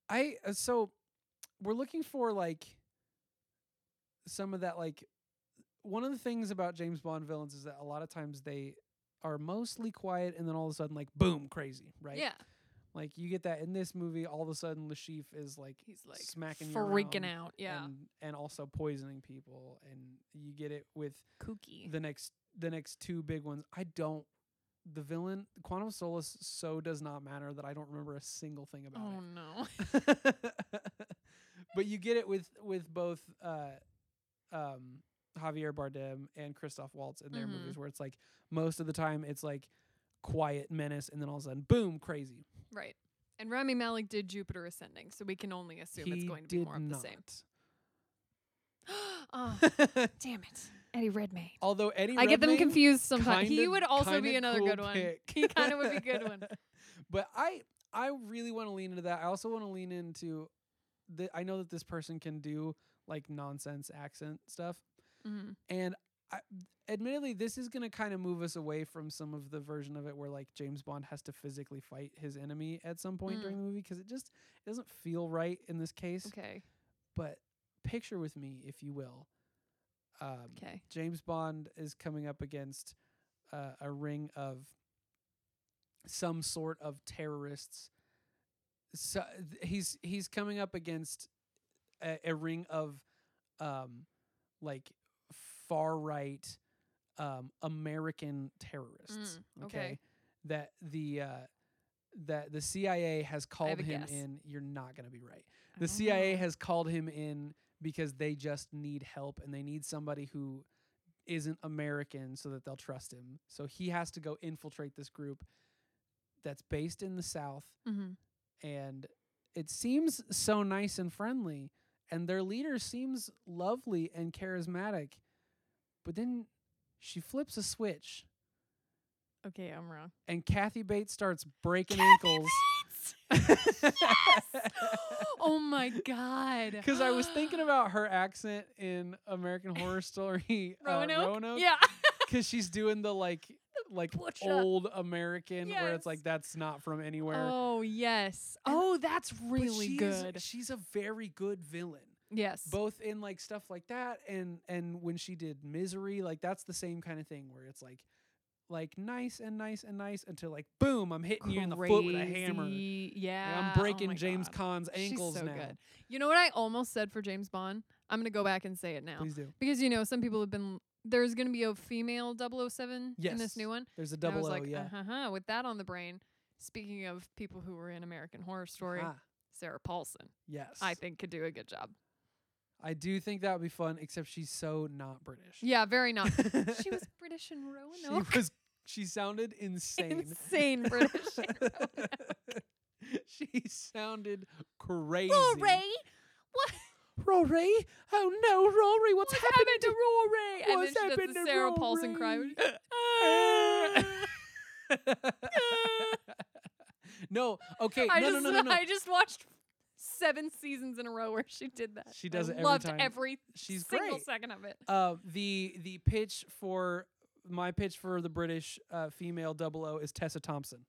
I uh, so we're looking for like some of that like one of the things about James Bond villains is that a lot of times they are mostly quiet and then all of a sudden like boom crazy right Yeah, like you get that in this movie all of a sudden Lashif is like he's like Smacking you freaking around out. Yeah, and and also poisoning people and you get it with kooky. the next the next two big ones i don't the villain quantum of solace so does not matter that i don't remember a single thing about Oh no. it (laughs) but you get it with with both uh um javier bardem and christoph waltz in their Mhm. movies where it's like most of the time it's like quiet menace and then all of a sudden boom crazy right. And Rami Malik did Jupiter Ascending, so we can only assume it's He going to be did more of the not. (gasps) same. (laughs) oh, damn it, Eddie Redmayne. although eddie I get them Redmayne- confused sometimes. He kinda- would also be kinda another cool good one. pick. He kind of would be a good one. (laughs) but I I really want to lean into that. I also want to lean into the I know that this person can do like nonsense accent stuff. Mhm. And I, admittedly this is going to kind of move us away from some of the version of it where like James Bond has to physically fight his enemy at some point Mm. during the movie cuz it just it doesn't feel right in this case. Okay. But picture with me if you will. Um Okay. James Bond is coming up against uh, a ring of some sort of terrorists. So th- he's he's coming up against a, a ring of um, like far right um, American terrorists. Mm, okay. that the uh, that the CIA has called a him guess. in. You're not gonna be right. I The don't CIA know. has called him in because they just need help and they need somebody who isn't American so that they'll trust him. So he has to go infiltrate this group that's based in the South Mhm. and it seems so nice and friendly and their leader seems lovely and charismatic, but then she flips a switch Okay, I'm wrong. and Kathy Bates starts breaking Kathy ankles. (laughs) (gasps) (laughs) oh my god. Because I was (gasps) thinking about her accent in American Horror Story uh, Roanoke. Roanoke. Yeah. Because she's doing the (laughs) like like butcher. old American where it's Yes. like that's not from anywhere. Oh yes. And- oh, that's But really she's- good. She's a very good villain. yes. Both in like stuff like that and and when she did Misery, like that's the same kind of thing where it's like like nice and nice and nice until like boom, I'm hitting you in the foot with a hammer. Like, Crazy. Yeah. I'm oh breaking my James God. Caan's She's ankles so now. good. You know what I almost said for James Bond? I'm gonna go back and say it now Please do. because you know some people have been. There's gonna be a female 007 in this Yes. new one. There's a and I double was O, like, yeah. uh-huh, with that on the brain. Speaking of people who were in American Horror Story, Ah, Sarah Paulson, yes. I think could do a good job. I do think that would be fun, except she's so not British. (laughs) Yeah, very not. she was British in she Roanoke. was she sounded insane. (laughs) Insane (laughs) British. she sounded crazy. Rory, what Rory? Oh no, Rory, what's, What's happened, happened to Rory? And what's then she happened does the to Sarah Paulson cry. Rory? which- (laughs) no, okay, "Ah." (laughs) I no, just no, no, no, no. I just watched seven seasons in a row where she did that. She and does I it every loved time. every She's single great. second of it. Uh, the the pitch for my pitch for the British uh, female double O is Tessa Thompson.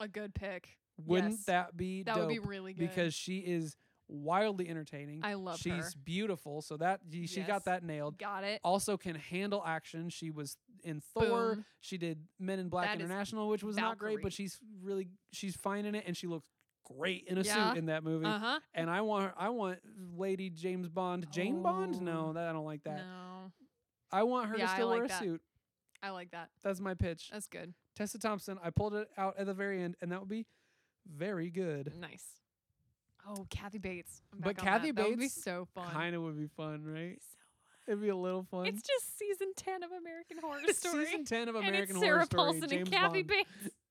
A good pick. Wouldn't Yes. that be That dope? would be really good. because she is wildly entertaining. I love She's her. beautiful, so that y- she Yes. got that nailed. Got it. Also can handle action. She was in Thor. Boom. She did Men in Black That is International, which was not great, Valkyrie. but she's really she's fine in it, and she looks great in a Yeah. suit in that movie. Uh huh. and I want her, I want Lady James Bond, Jane Bond. Oh, No, that I don't like that. No, I want her Yeah, to I still wear like a that. suit. I like that. That's my pitch. That's good. Tessa Thompson. I pulled it out at the very end, and that would be very good. Nice. Oh, Kathy Bates. I'm But back on that. Kathy That would be Bates so fun. Kind of would be fun, right? So It'd be a little fun. (laughs) It's just season ten of American Horror Story. Season ten of American and Horror it's Sarah Story. Paulson James and Kathy Bond. Bates. (laughs)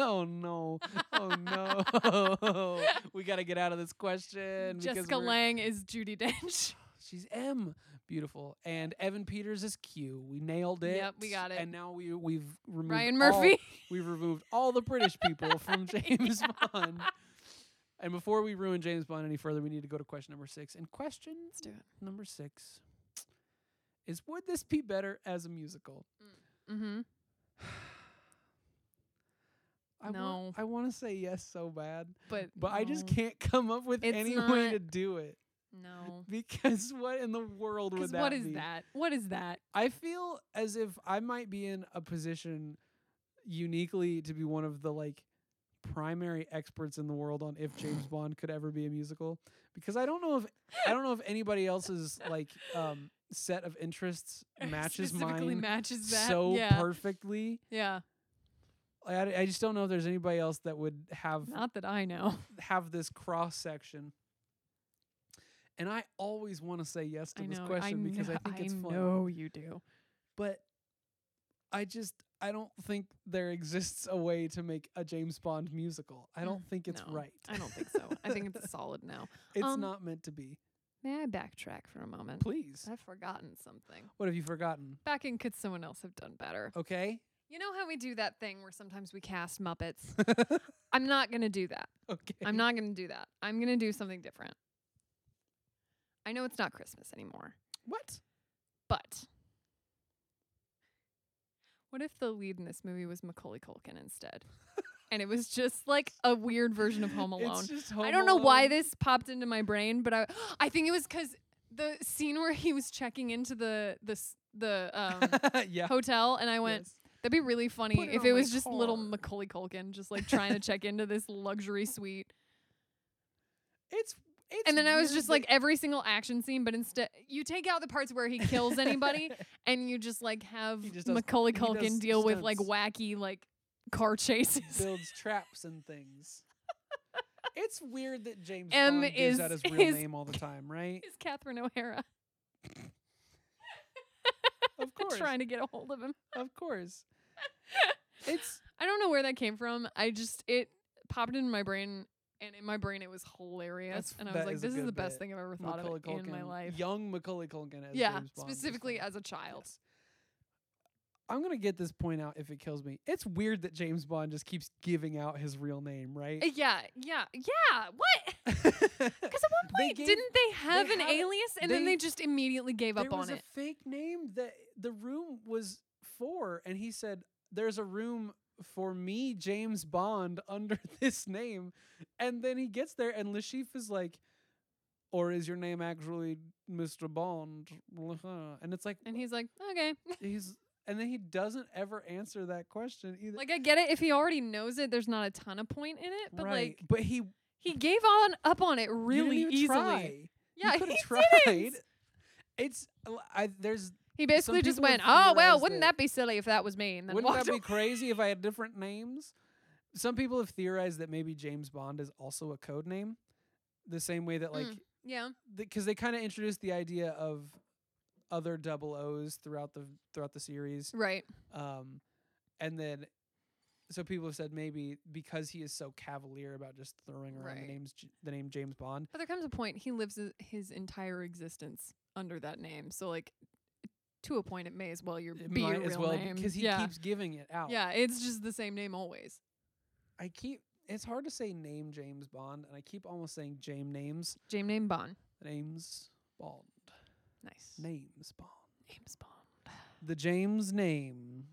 Oh (laughs) no! Oh no! we got to get out of this question. because Jessica we're- Lang is (laughs) Judy (laughs) Dench. She's M. Beautiful. And Evan Peters is Q. We nailed it. Yep, we got it. And now we we've removed Ryan all- Murphy. we've removed all the British people (laughs) from James Bond. And before we ruin James Bond any further, we need to go to question number six. And question Let's do it. number six is Would this be better as a musical? Mm-hmm. I No. Want, I want to say yes so bad, But but I just no. can't come up with It's any way not- to do it No. because what in the world would Because that what is be? that? What is that? (laughs) I feel as if I might be in a position uniquely to be one of the like primary experts in the world on if (laughs) James Bond could ever be a musical because I don't know if I don't know if anybody else's like um set of (laughs) interests matches Specifically mine matches that. so yeah. perfectly. yeah. Like, I, I just don't know if there's anybody else that would have Not that I know. have this cross section. And I always want to say yes to I this know. I question because I know- think it's fun. know you do. but I just I don't think there exists a way to make a James Bond musical. I don't think it's Mm, no, right. I don't think so. I (laughs) think (laughs) it's a solid no. It's um, uh, not meant to be. May I backtrack for a moment? Please. I've forgotten something. What have you forgotten? Back in could someone else have done better? (laughs) Okay. You know how we do that thing where sometimes we cast (laughs) Muppets? I'm not going to do that. okay. I'm not going to do that. I'm going to do something different. I know it's not Christmas anymore, What? but what if the lead in this movie was Macaulay Culkin (laughs) instead? and it was just like a weird version of Home Alone. It's just I don't know why Home this popped into my brain, but I (gasps) I think it was cuz the scene where he was checking into the the s- the (laughs) um Alone. yeah. hotel and I went yes. That'd be really funny it if on it my was just little car. Macaulay Culkin just like trying to check into (laughs) this luxury suite. It's it's And then I was weird just that- like every single action scene, but instead you take out the parts where he (laughs) kills anybody and you just like have He just does- Macaulay he does Culkin deal with like stunts. wacky like car (laughs) chases. builds traps and things. It's weird that James M Bond gives out is- his real is- name all the time, (laughs) right? Is Catherine O'Hara Of course. trying to get a hold of him? Of (laughs) course. It's I don't know where that came from. I just it popped into my brain and in my brain it was hilarious. That's- and I that was like, is a this is good the bit. best thing I've ever thought Macaulay of in my Culkin- life. Young Macaulay Culkin as yeah, James Bond is specifically funny. as a child. Yes. I'm gonna get this point out if it kills me. It's weird that James Bond just keeps giving out his real name, right? Uh, (laughs) Yeah, yeah, yeah. What? (laughs) Because at one They point, gave- didn't they have an had- alias and then they- they just immediately gave there up was on a it? fake name that the room was for, and he said, "There's a room for me, James Bond, (laughs) under this name." And then he gets there, and Lashif is like, "Or is your name actually Mr. Bond?" (laughs) And it's like And he's like, okay. he's, and then he doesn't ever answer that question either. Like, I get it. If he already knows it, there's not a ton of point in it. But, right? like, but he he gave on up on it you didn't really even easily. try. (laughs) Yeah, you could he have tried. didn't. It's I there's He basically just people have went, oh, well, theorized wouldn't that- that be silly if that was me? And then wouldn't walked that be away. crazy if I had different names? Some people have theorized that maybe James Bond is also a code name, the same way that like Mm. Yeah. because they kind of introduced the idea of other double O's throughout the throughout the series, Right. um, and then so people have said maybe because he is so cavalier about just throwing around the Right. names J- the name James Bond, But there comes a point he lives his- his entire existence under that name. So, like, to a point, it may as well your, it be your might real as well name. because he yeah. keeps giving it out. yeah, it's just the same name always. I keep it's hard to say name James Bond, and I keep almost saying James names James Name Bond. names Bond Nice. names Bond Name's Bond. the James name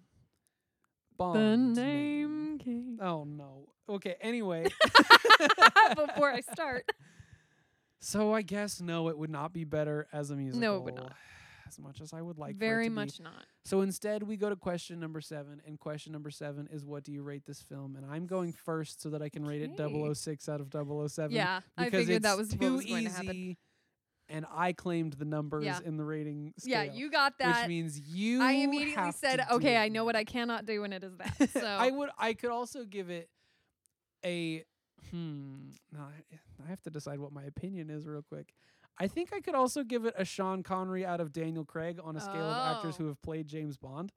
Bond The name game. Oh no. Okay. (laughs) Anyway, Before I start, so I guess no, it would not be better as a musical. No, it would not. As much as I would (laughs) like, for it very to be. much not. So instead, we go to question number seven, and question number seven is what do you rate this film? And I'm going first so that I can rate Okay. it 006 out of 007. Yeah, I because figured that it's was what too was going to happen. easy, And I claimed the numbers Yeah. in the rating Yeah, scale. you got that. Which means you. I immediately have to said, do "Okay, it I know what now." (laughs) I (laughs) cannot do, and it is that." So I would. I could also give it a. Hmm. No, I, I have to decide what my opinion is real quick. I think I could also give it a Sean Connery out of Daniel Craig on a scale of actors Oh. who have played James Bond.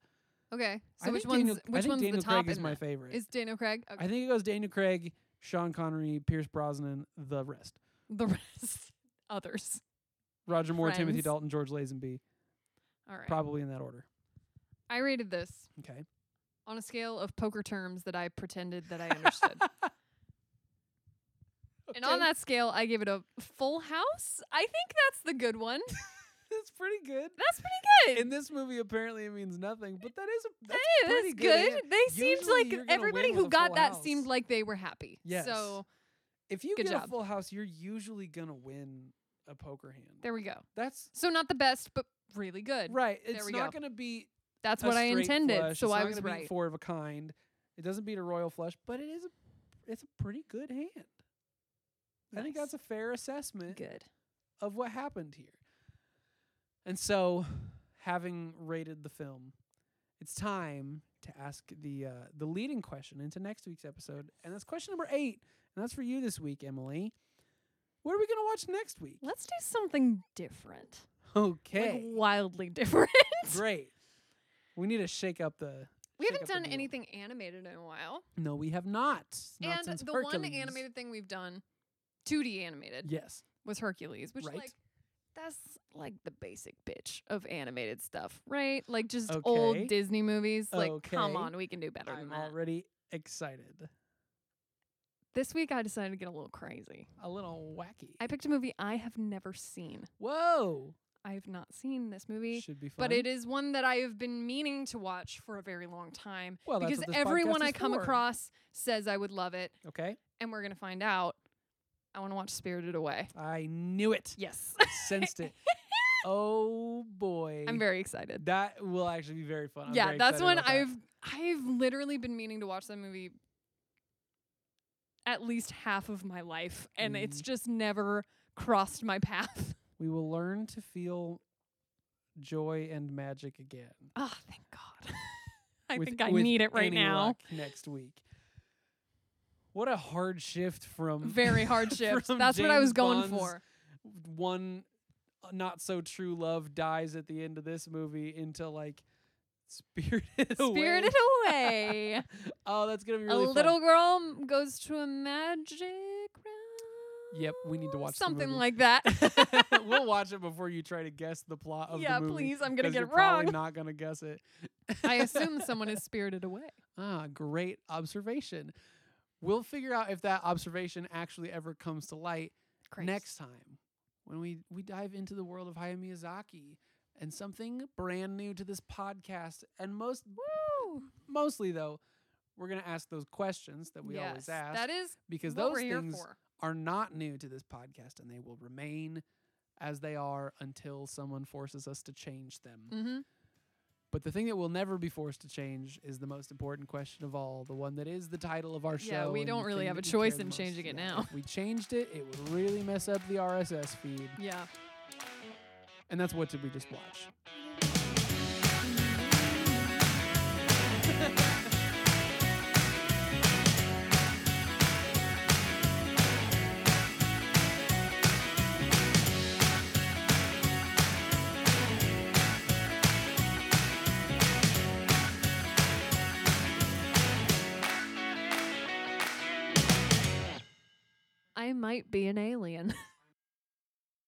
okay. I So which think one's Daniel, I which think one's Daniel the top? Craig is in my that? favorite. Is Daniel Craig? Okay. I think it goes Daniel Craig, Sean Connery, Pierce Brosnan, the rest. the rest, (laughs) others. Roger Moore, Timothy Friends. Dalton, George Lazenby, All right. probably in that order. I rated this Okay. on a scale of poker terms that I pretended that I understood. (laughs) And on Okay, that scale, I give it a full house. I think that's the (laughs) good one. (laughs) that's pretty good. That's pretty good. In this movie, apparently it means nothing, but that is a (laughs) that's Hey, pretty that's good. an- They seemed Usually you're like gonna everybody win who with a full got that house. seemed like they were happy. Yes. So If you Good get a job. full house, you're usually gonna win a poker hand. there we go. That's So not the best, but really good. right. It's we not go. gonna be That's a what I straight intended. flush. So it's I not was gonna beat right. Four of a kind. It doesn't beat a royal flush, but it is a it's a pretty good hand. I think Nice. that's a fair assessment Good. of what happened here. And so, having rated the film, it's time to ask the uh, the leading question into next week's episode, and that's question number eight, and that's for you this week, Emily. What are we gonna watch next week? Let's do something different. Like Okay, wildly (laughs) different. great. We need to shake up the. we shake haven't up the done meal. anything animated in a while. No, we have not. Not and since the one Hercules. animated thing we've done, 2D animated, Yes. was Hercules, which Right. like that's like the basic bitch of animated stuff, right? Like just old Okay. Disney movies. Like, Okay. come on, we can do better than I'm that. already excited. This week I decided to get a little crazy. A little wacky. I picked a movie I have never seen. Whoa. I have not seen this movie, Should be fun. but it is one that I have been meaning to watch for a very long time Well, Oh, that's because what this podcast everyone I is come for. across says I would love it, Okay. and we're going to find out. I want to watch Spirited Away. I knew it. Yes. Sensed it. Oh boy. (laughs) I'm very excited. that will actually be very fun. I'm yeah, very that's excited one about that. I've I've literally been meaning to watch that movie at least half of my life and Mm. it's just never crossed my path. (laughs) We will learn to feel joy and magic again. Oh, thank God. (laughs) I with- think I with need it right any now. luck next week. What a hard shift from (laughs) (laughs) Very hard shift. from That's what I was James going Bond's (laughs) for. one uh, not so true love dies at the end of this movie into like (laughs) spirited away. Spirited away. (laughs) oh, that's gonna be a really fun. little girl m- goes to a magic round. Yep, we need to watch the something movie. like that. (laughs) (laughs) we'll watch it before you try to guess the plot of yeah, the movie. please. I'm gonna 'cause get you're it wrong. Probably not gonna guess it. (laughs) I assume someone is spirited away. Ah, great observation. We'll figure out if that observation actually ever comes to light next time when we we dive into the world of Hayao Miyazaki and something brand new to this podcast. And most Woo! mostly though, we're gonna ask those questions that we yes, always ask That is because what those we're here things for. are not new to this podcast and they will remain as they are until someone forces us to change them. Mm-hmm. But the thing that we'll never be forced to change is the most important question of all, the one that is the title of our show. Yeah, we and don't the really thing have that a you care choice the in most. changing it Yeah, now. If we changed it, it would really mess up the RSS feed. Yeah. And that's what did we just watch? I might be an alien.